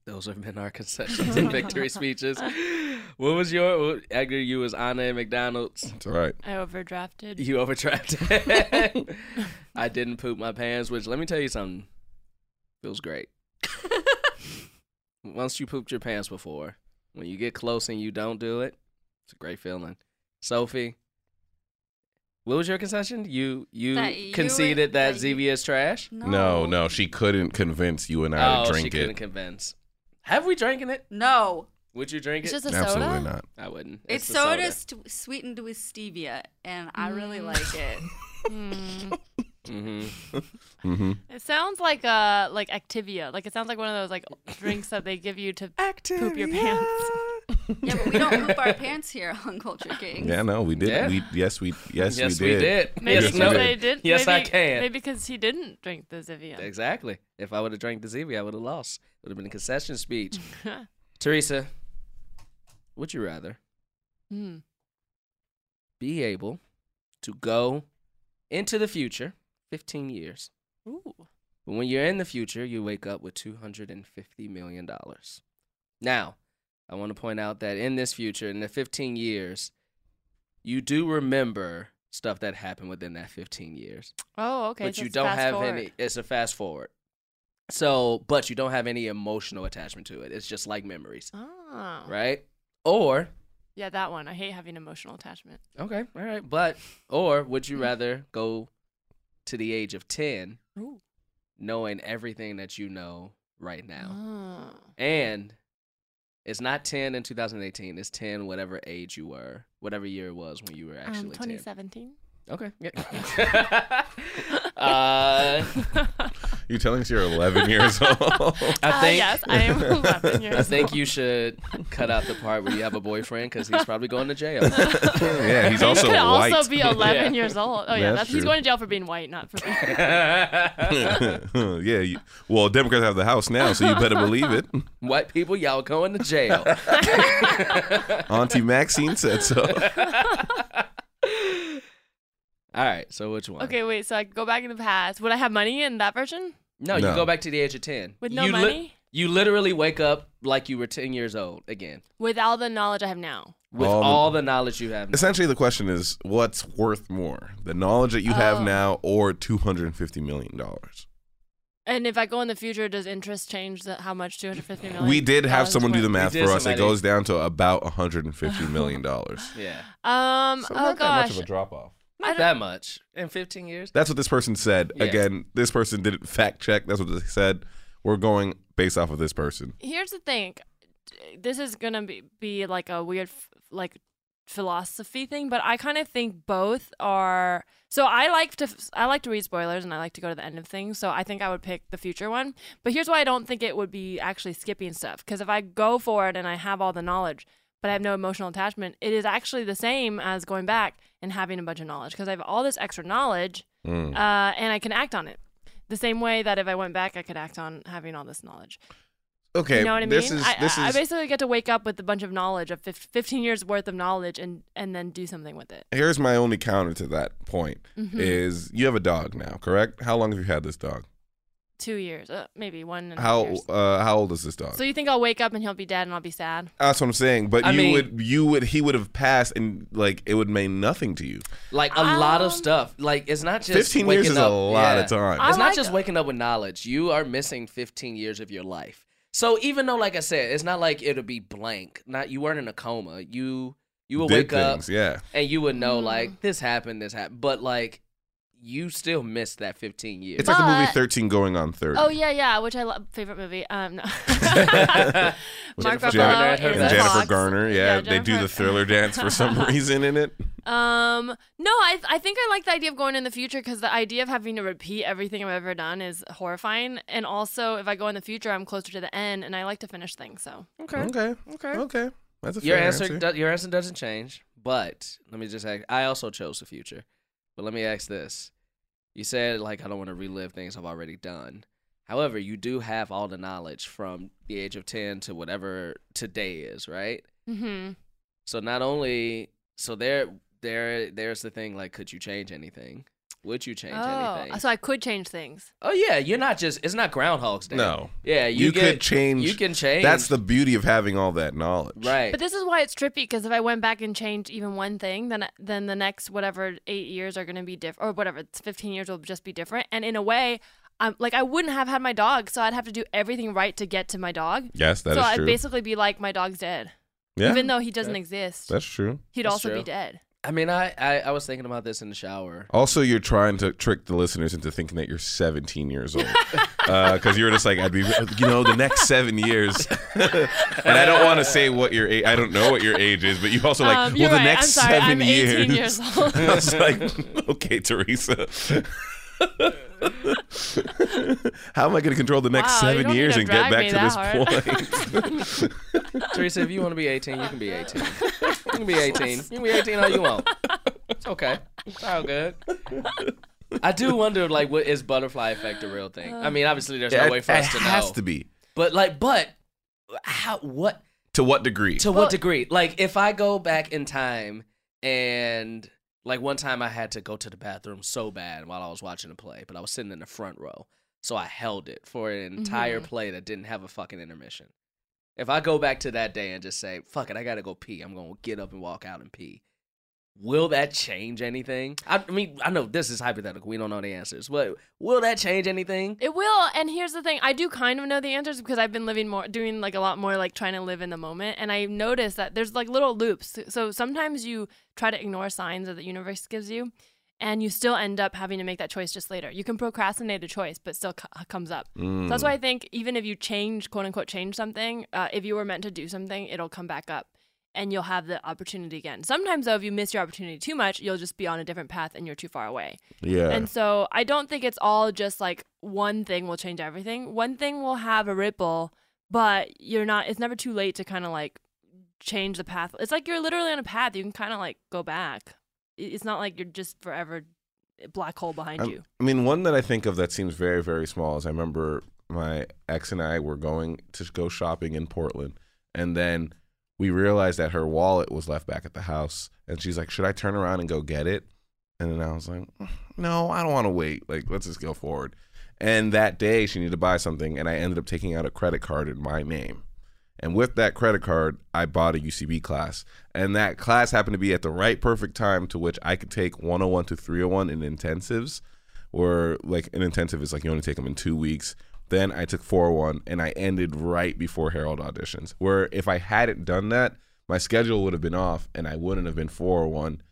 those have been our concessions and victory speeches. What was your Edgar? You was Anna at McDonald's.
It's all right.
I overdrafted.
You overtrapped. it. I didn't poop my pants, which let me tell you something. Feels great. Once you pooped your pants before, when you get close and you don't do it, it's a great feeling. Sophie, what was your concession? You you
That you
conceded
were-
that,
that you-
Zevia is trash.
No, no, she couldn't convince you and I
oh,
to
she
drink
couldn't
it.
convince. Have we drinking it?
No.
Would you drink
It's
it?
just a
Absolutely
soda.
not.
I wouldn't.
It's,
the
soda, st- sweetened with stevia, and I really like it.
Mm.
Mhm.
Mm-hmm.
It sounds like uh like Activia. Like it sounds like one of those like drinks that they give you to poop your pants.
yeah, but we don't poop our pants here on Culture Kings.
Yeah, no, we did.
Yeah.
We yes, we yes,
Yes,
we did.
Maybe
Yes,
because
we did.
they did.
Yes, I
maybe,
can.
Maybe because he didn't drink the Zivia.
Exactly. If I would have drank the Zevia, I would have lost. It would have been a concession speech. Teresa, would you rather
Hmm.
be able to go into the future 15 years,
Ooh.
but when you're in the future, you wake up with $250 million? Now, I want to point out that in this future, in the 15 years, you do remember stuff that happened within that 15 years.
Oh, okay.
but
so
you
it's
don't
fast
have
forward.
any. It's a fast forward. So, but you don't have any emotional attachment to it. It's just like memories,
Oh.
right? Or
Yeah, that one. I hate having emotional attachment.
okay, all right, but or would you rather go to the age of ten,
Ooh.
knowing everything that you know right now,
Oh.
and it's not ten in 2018. It's ten whatever age you were, whatever year it was when you were
Um,
actually ten.
2017.
Okay. Yeah. uh,
You're telling us you're 11 years old.
I
Uh,
think
yes, I am 11 years
I think
old.
you should cut out the part where you have a boyfriend because he's probably going to jail.
yeah, he's
He
also
could
white.
also be 11
Yeah.
years old. Oh yeah,
That's
that's, he's
true.
going to jail for being white, not for being.
yeah, you, well, Democrats have the House now, so you better believe it.
White people, y'all going to jail.
Auntie Maxine said so.
All right, so which one?
okay, wait. So I could go back in the past. Would I have money in that version?
No, you
No.
go back to the age of 10.
With no
you
money?
You literally wake up like you were 10 years old again
With all the knowledge I have now.
with
All
all,
the-
the knowledge you have. now.
Essentially, the question is, what's worth more, the knowledge that you have
Oh.
now, or 250 million dollars?
And if I go in the future, does interest change the, how much? Two hundred fifty million.
We did have
dollars
someone do the
worth?
math
We did
for us. It
somebody-
goes down to about 150 million dollars.
Yeah.
Um.
So
oh
not that much
gosh.
of a drop off.
Not that much. In 15 years?
That's what this person said.
Yeah.
Again, this person didn't fact check. That's what they said. We're going based off of this person.
Here's the thing. This is gonna be be like a weird f- like philosophy thing, but I kind of think both are. So I like to f- I like to read spoilers and I like to go to the end of things. So I think I would pick the future one. But here's why I don't think it would be actually skipping stuff. Because if I go forward and I have all the knowledge, but I have no emotional attachment, it is actually the same as going back and having a bunch of knowledge. Because I have all this extra knowledge, uh, and I can act on it. The same way that if I went back, I could act on having all this knowledge.
Okay,
You know what I
this
mean?
is
I,
this
I- I
is
basically get to wake up with a bunch of knowledge of fif- 15 years worth of knowledge and and then do something with it.
here's my only
Mm-hmm.
counter to that point is you have a dog now, correct? How long have you had this dog?
two years, uh, maybe one and a half
How
years.
uh, how old is this dog?
So you think I'll wake up and he'll be dead and I'll be sad?
That's what I'm saying. But
I
you
mean-
would you would he would have passed and like it would mean nothing to you.
Like a lot
Um,
of stuff. Like it's not just
15
waking
years is a
up-
lot of
yeah.
time.
I
It's not
like-
just waking up with knowledge. You are missing 15 years of your life. So even though, like I said, it's not like it'll be blank. Not you weren't in a coma. You you will
Did
wake up
things, yeah.
and you would know
Mm.
like this happened, this happened. But like you still missed that 15 years.
It's like the movie
But-
13 going on 30.
Oh yeah, yeah, which I love. Favorite movie? Um, no. Mark
Jennifer
Ruffalo
Garner, her
is
and
a
best.
Jennifer
fox.
Garner, yeah, they do
Jennifer-
the thriller dance for some reason in it.
Um, no, I I think I like the idea of going in the future because the idea of having to repeat everything I've ever done is horrifying. And also, if I go in the future, I'm closer to the end, and I like to finish things. So
Okay, okay, okay. That's a
your
fair
answer, do- your answer doesn't change. But let me just ask. I also chose the future. But let me ask this: You said like I don't want to relive things I've already done. However, you do have all the knowledge from the age of ten to whatever today is, right?
hmm
So not only so there there there's the thing like could you change anything? Would you change
oh,
anything?
so I could change things.
oh yeah, you're not just it's not Groundhog's Day.
No.
Yeah, you,
You
get-
could change-
You can change.
That's the beauty of having all that knowledge.
right.
But this is why it's trippy because if I went back and changed even one thing, then then the next whatever eight years are going to be different, or whatever it's fifteen years will just be different. And in a way, I'm like I wouldn't have had my dog, so I'd have to do everything right to get to my dog.
Yes, that is
so I'd
true.
basically be like my dog's dead,
yeah,
even though he doesn't exist.
that's true.
He'd
That's
also
true.
be dead.
I mean, I, I I was thinking about this in the shower.
Also, you're trying to trick the listeners into thinking that you're 17 years old Uh, because you're just like, I'd be, you know, the next seven years. and I don't want to say what your age. I don't know what your age is, but you also like,
Um,
well,
you're
the
right.
next
I'm sorry.
seven
I'm 18 years old.
I was like, okay, Teresa. How am I going to control the next
Wow, you
seven
don't need
years
to
and get
drag
back
me
to
that
this
hard.
point?
Teresa, if you want to be 18, you can be 18. You can be 18. You can be 18 all you want. It's okay. It's all good. I do wonder, like, what is butterfly effect a real thing? I mean, obviously, there's no way for us
it
to
has
know.
to be.
But like, but how? What?
To what degree?
To
Well-
what degree? Like, if I go back in time and like one time I had to go to the bathroom so bad while I was watching a play, but I was sitting in the front row, so I held it for an entire play that didn't have a fucking intermission. If I go back to that day and just say, "Fuck it, I gotta go pee," I'm gonna get up and walk out and pee. Will that change anything? I, I mean, I know this is hypothetical. We don't know the answers, but will that change anything?
It will. And here's the thing: I do kind of know the answers because I've been living more, doing like a lot more, like trying to live in the moment. And I noticed that there's like little loops. So sometimes you try to ignore signs that the universe gives you, and you still end up having to make that choice just later. You can procrastinate a choice, but still co- comes up. So that's why I think even if you change, quote unquote, change something, uh, if you were meant to do something, it'll come back up. And you'll have the opportunity again. Sometimes, though, if you miss your opportunity too much, you'll just be on a different path and you're too far away.
yeah.
And so I don't think it's all just like one thing will change everything. One thing will have a ripple, but you're not, it's never too late to kind of like change the path. It's like you're literally on a path. You can kind of like go back. I- It's not like you're just forever eh, black hole behind
I'm-
you.
Um, I mean, one that I think of that seems very, very small is I remember my ex and I were going to go shopping in Portland, and then we realized that her wallet was left back at the house, and she's like, "Should I turn around and go get it?" And then I was like, "No, I don't want to wait. Like, let's just go forward." And that day, she needed to buy something, and I ended up taking out a credit card in my name. And with that credit card, I bought a UCB class. And that class happened to be at the right perfect time to which I could take 101 to 301 in intensives, where like an intensive is like you only take them in two weeks. Then I took 401 and I ended right before Herald auditions, where if I hadn't done that, my schedule would have been off and I wouldn't have been 401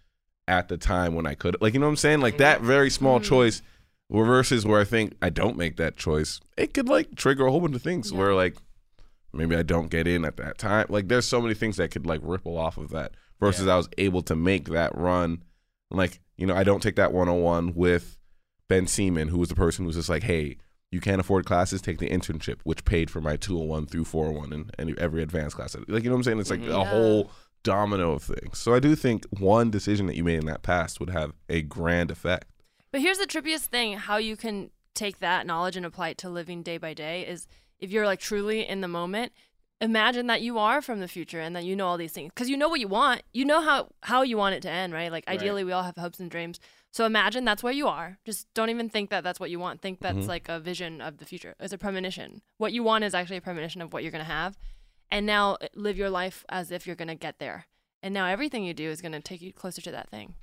at the time when I could. Like, you know what I'm saying? Like that very small choice where versus where I think I don't make that choice, it could like trigger a whole bunch of things where like maybe I don't get in at that time. Like there's so many things that could like ripple off of that versus I was able to make that run. Like, you know, I don't take that 101 with Ben Seaman, who was the person who was just like, hey, you can't afford classes, take the internship, which paid for my 201 through 401 and, and every advanced class. Like, you know what I'm saying? It's like a
Mm-hmm. Yeah.
whole domino of things. So I do think one decision that you made in that past would have a grand effect.
But here's the trippiest thing how you can take that knowledge and apply it to living day by day is if you're like truly in the moment, imagine that you are from the future and that you know all these things because you know what you want. You know how how you want it to end, right? Like
Right.
ideally, we all have hopes and dreams. So imagine that's where you are. Just don't even think that that's what you want. Think that's like a vision of the future. It's a premonition. What you want is actually a premonition of what you're gonna have, and now uh, live your life as if you're gonna get there. And now everything you do is gonna take you closer to that thing.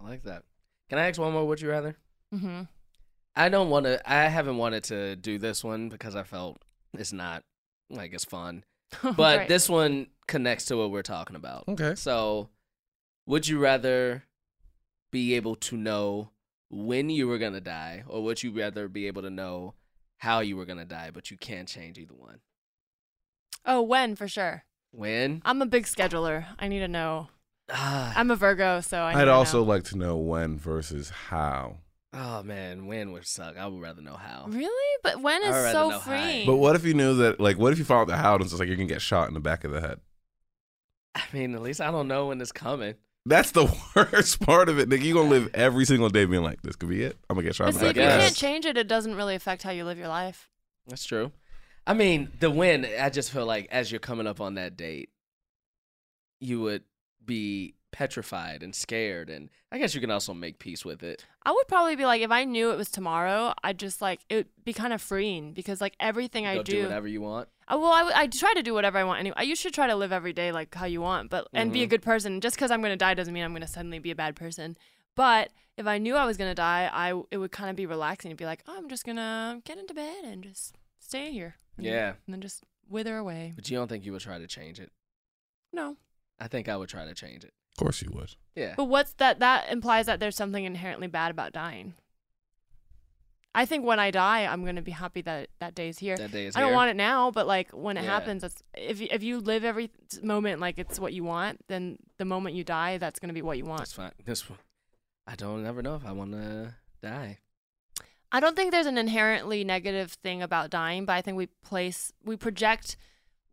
I like that. Can I ask one more? Would you rather?
Mm-hmm.
I don't want to. I haven't wanted to do this one because I felt it's not like it's fun. But
Right.
this one connects to what we're talking about.
Okay.
So, would you rather be able to know when you were gonna die, or would you rather be able to know how you were gonna die, but you can't change either one?
Oh, when for sure.
When?
I'm a big scheduler. I need to know.
Ah,
I'm a Virgo, so I. Need
I'd
to
also
know.
like to know when versus how.
oh man, when would suck. I would rather know how.
Really, but when
I'd rather
is so
know how I
free?
am.
But what if you knew that? Like, what if you found out the how and it's just like you can get shot in the back of the head?
I mean, at least I don't know when it's coming.
That's the worst part of it, nigga. You gonna live every single day being like, this could be it. I'm gonna get shot in the
But see,
back
if
of
you
the head.
can't
Yes.
change it, it doesn't really affect how you live your life.
That's true. I mean, the win, I just feel like as you're coming up on that date, you would be petrified and scared. And I guess you can also make peace with it.
I would probably be like, if I knew it was tomorrow, I'd just like it would be kind of freeing because like everything I
Go
do,
whatever you want.
I, Uh, well, I, would- I try to do whatever I want anyway. You should try to live every day like how you want, but and be a good person. Just because I'm gonna die doesn't mean I'm gonna suddenly be a bad person. But if I knew I was gonna die, I it would kind of be relaxing to be like, oh, I'm just gonna get into bed and just stay here. And then-
Yeah.
and then just wither away.
But you don't think you would try to change it?
No.
I think I would try to change it.
Of course you would.
Yeah.
But what's that? That implies that there's something inherently bad about dying. I think when I die, I'm gonna be happy that that day's here.
That day is
I don't
here.
want it now, but like when it
Yeah.
happens, that's if you- if you live every t- moment like it's what you want, then the moment you die, that's gonna be what you
That's
want.
fine. This one. I don't ever know if I want to die.
I don't think there's an inherently negative thing about dying, but I think we place we project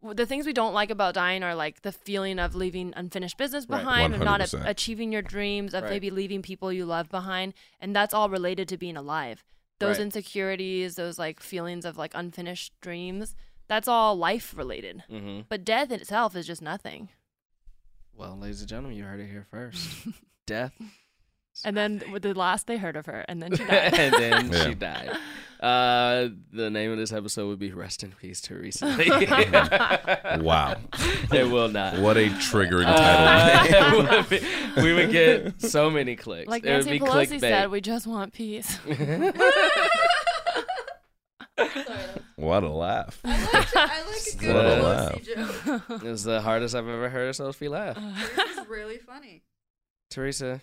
w- the things we don't like about dying are like the feeling of leaving unfinished business
Right.
behind, of not a-
100%.
achieving your dreams, of
Right.
maybe leaving people you love behind, and that's all related to being alive. Those
Right.
insecurities, those like feelings of like unfinished dreams, that's all life related.
Mm-hmm.
But death itself is just nothing.
Well, ladies and gentlemen, you heard it here first. Death.
And then with the last they heard of her, and then she died.
and then
Yeah.
she died. Uh, the name of this episode would be "Rest in Peace" to recently. it
Wow.
will not.
What a triggering
Uh,
title.
it would be- we would get so many clicks.
like
it would
Nancy
be
Pelosi
clickbait.
said, we just want peace.
what a laugh.
I like a
good What a laugh. Pelosi
joke.
it was the hardest I've ever heard Sophie laugh.
Uh.
This is really funny.
Teresa,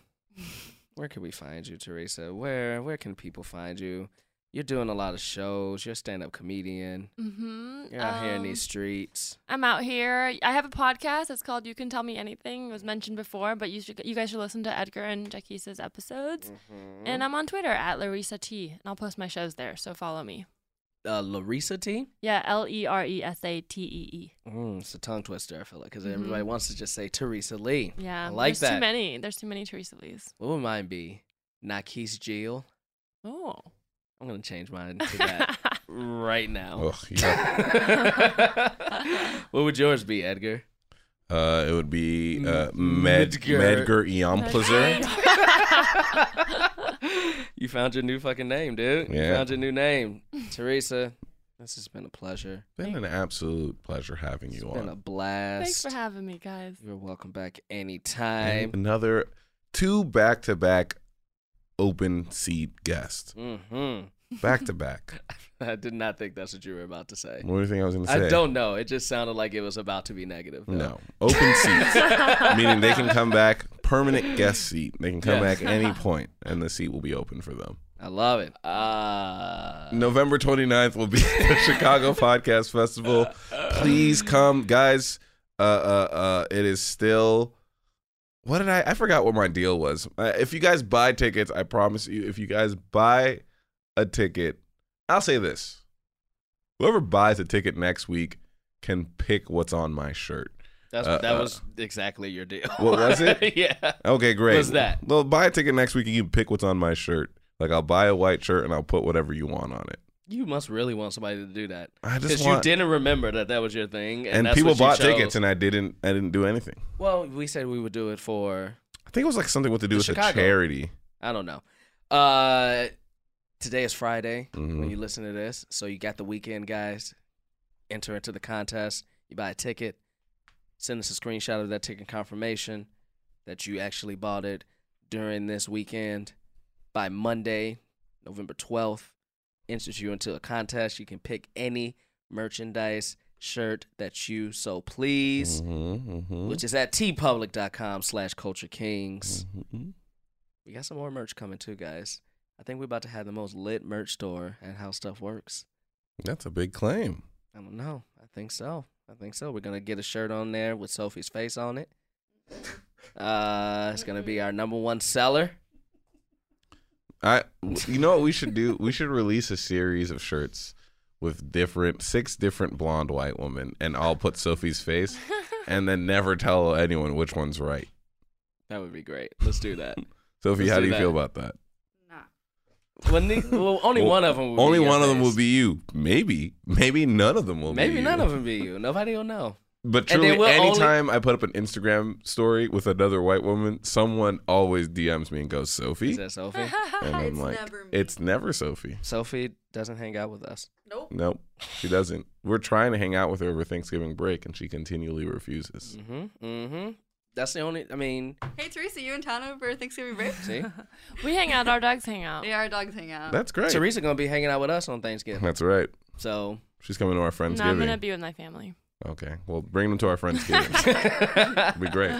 where can we find you, Teresa? Where where can people find you? You're doing a lot of shows. You're a stand-up comedian.
hmm
You're out here in these streets.
I'm out here. I have a podcast. It's called "You Can Tell Me Anything." It was mentioned before, but you should, you guys should listen to Edgar and Jaquisa's episodes.
Mm-hmm.
And I'm on Twitter at Larissa T, and I'll post my shows there. So follow me.
Uh, Larissa T.
Yeah, L E R E S A T E E.
Mm, it's a tongue twister, I feel like, because everybody wants to just say Teresa Lee.
Mm-hmm. Yeah,
I like
there's
that.
Too many. There's too many Teresa Lees.
What would mine be? Nakis Jill.
Oh.
I'm gonna change mine to that right now.
Ugh, you got-
what would yours be, Edgar?
uh, it would be uh,
M-
Med-
Mm, Medgar.
Medgar Iamplazer.
you found your new fucking name, dude. You
Yeah.
found your new name, Teresa. This has been a pleasure.
been an absolute pleasure having
It's
you
been a
on.
Thanks
blast.
for having me, guys.
You're welcome back anytime.
Another two back to back open seat guests.
Mm-hmm.
Back to back.
I did not think that's what you were about to say.
What do you think I was going to say?
I don't know. It just sounded like it was about to be negative. though.
No. Open seats. Meaning they can come back, permanent guest seat. They can come
Yes.
back any point and the seat will be open for them.
I love it. Uh,
November 29th will be the Chicago Podcast Festival. Please come, guys. Uh, uh, uh, it is still. What did I? I forgot what my deal was. Uh, if you guys buy tickets, I promise you, if you guys buy a ticket, I'll say this: whoever buys a ticket next week can pick what's on my shirt.
that's,
Uh,
that
uh,
was exactly your deal.
What was it?
yeah.
Okay, great.
What's that?
Well, buy a ticket next week and you can pick what's on my shirt. Like I'll buy a white shirt and I'll put whatever you want on it.
You must really want somebody to do that.
I just
Because you
want-
didn't remember that that was your thing, and,
And,
that's
people
what you
bought
chose.
tickets, and I didn't. I didn't do anything.
well, we said we would do it for
I think it was like something with to do
The
with a
Chicago.
charity.
I don't know. Uh, today is Friday when
Mhm.
you listen to this, so you got the weekend, guys. Enter into the contest. You buy a ticket. Send us a screenshot of that ticket confirmation that you actually bought it during this weekend. By Monday, November twelfth, enters you into a contest. You can pick any merchandise shirt that you so
Mm-hmm.
please, which is at tpublic.com slash culture kings.
mm-hmm.
We got some more merch coming too, guys. I think we're about to have the most lit merch store and how stuff works.
That's a big claim.
I don't know. I think so. I think so. We're gonna get a shirt on there with Sophie's face on it. Uh, it's gonna be our number one seller.
I, you know what we should do? We should release a series of shirts with different six different blonde white women, and I'll put Sophie's face, and then never tell anyone which one's right.
That would be great. Let's do that.
Sophie,
Let's
how
do
do you
that.
feel about that?
Nah.
well, ne- well, only
Well,
one of them. Will
Only
be your
one of them
face.
will be you. Maybe, maybe none of them will. be
Maybe
you.
none of them be you. Nobody will know.
But
And they
truly,
will only-
anytime I put up an Instagram story with another white woman, someone always DMs me and goes,
Is
"Sophie,"
that Sophie?
and I'm
It's
like,
never me.
"It's never Sophie."
Sophie doesn't hang out with us.
Nope.
Nope, she doesn't. We're trying to hang out with her over Thanksgiving break, and she continually refuses.
hmm hmm That's the only. I mean,
Hey, Teresa, you in town over Thanksgiving break?
see,
We hang out. Our dogs hang out.
yeah, our dogs hang out.
That's great.
Teresa gonna be hanging out with us on Thanksgiving.
That's right.
So
She's coming to our friendsgiving.
No, I'm gonna be with my family.
okay, well, bring them to our friendsgiving. It'd be great.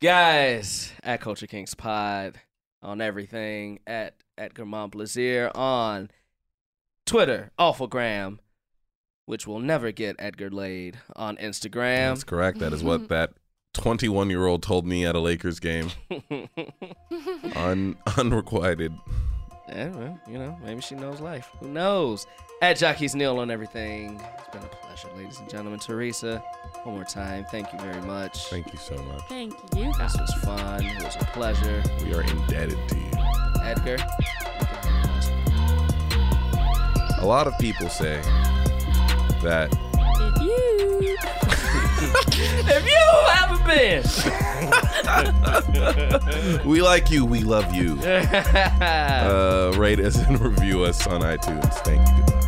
guys at culture kings pod on everything at at Germán blazier on twitter awfulgram which will never get edgar laid on instagram
That's correct. That is what that 21 year old told me at a Lakers game. Un- unrequited.
yeah, well, you know maybe she knows life who knows at jockeys neil on everything it's been a pleasure ladies and gentlemen teresa one more time thank you very much
Thank you so much.
Thank you. guys.
this was fun it was a pleasure
We are indebted to you.
edgar
A lot of people say that
Thank you.
if you haven't been
we like you, we love you. Uh, rate us and review us on iTunes. Thank you. Goodbye.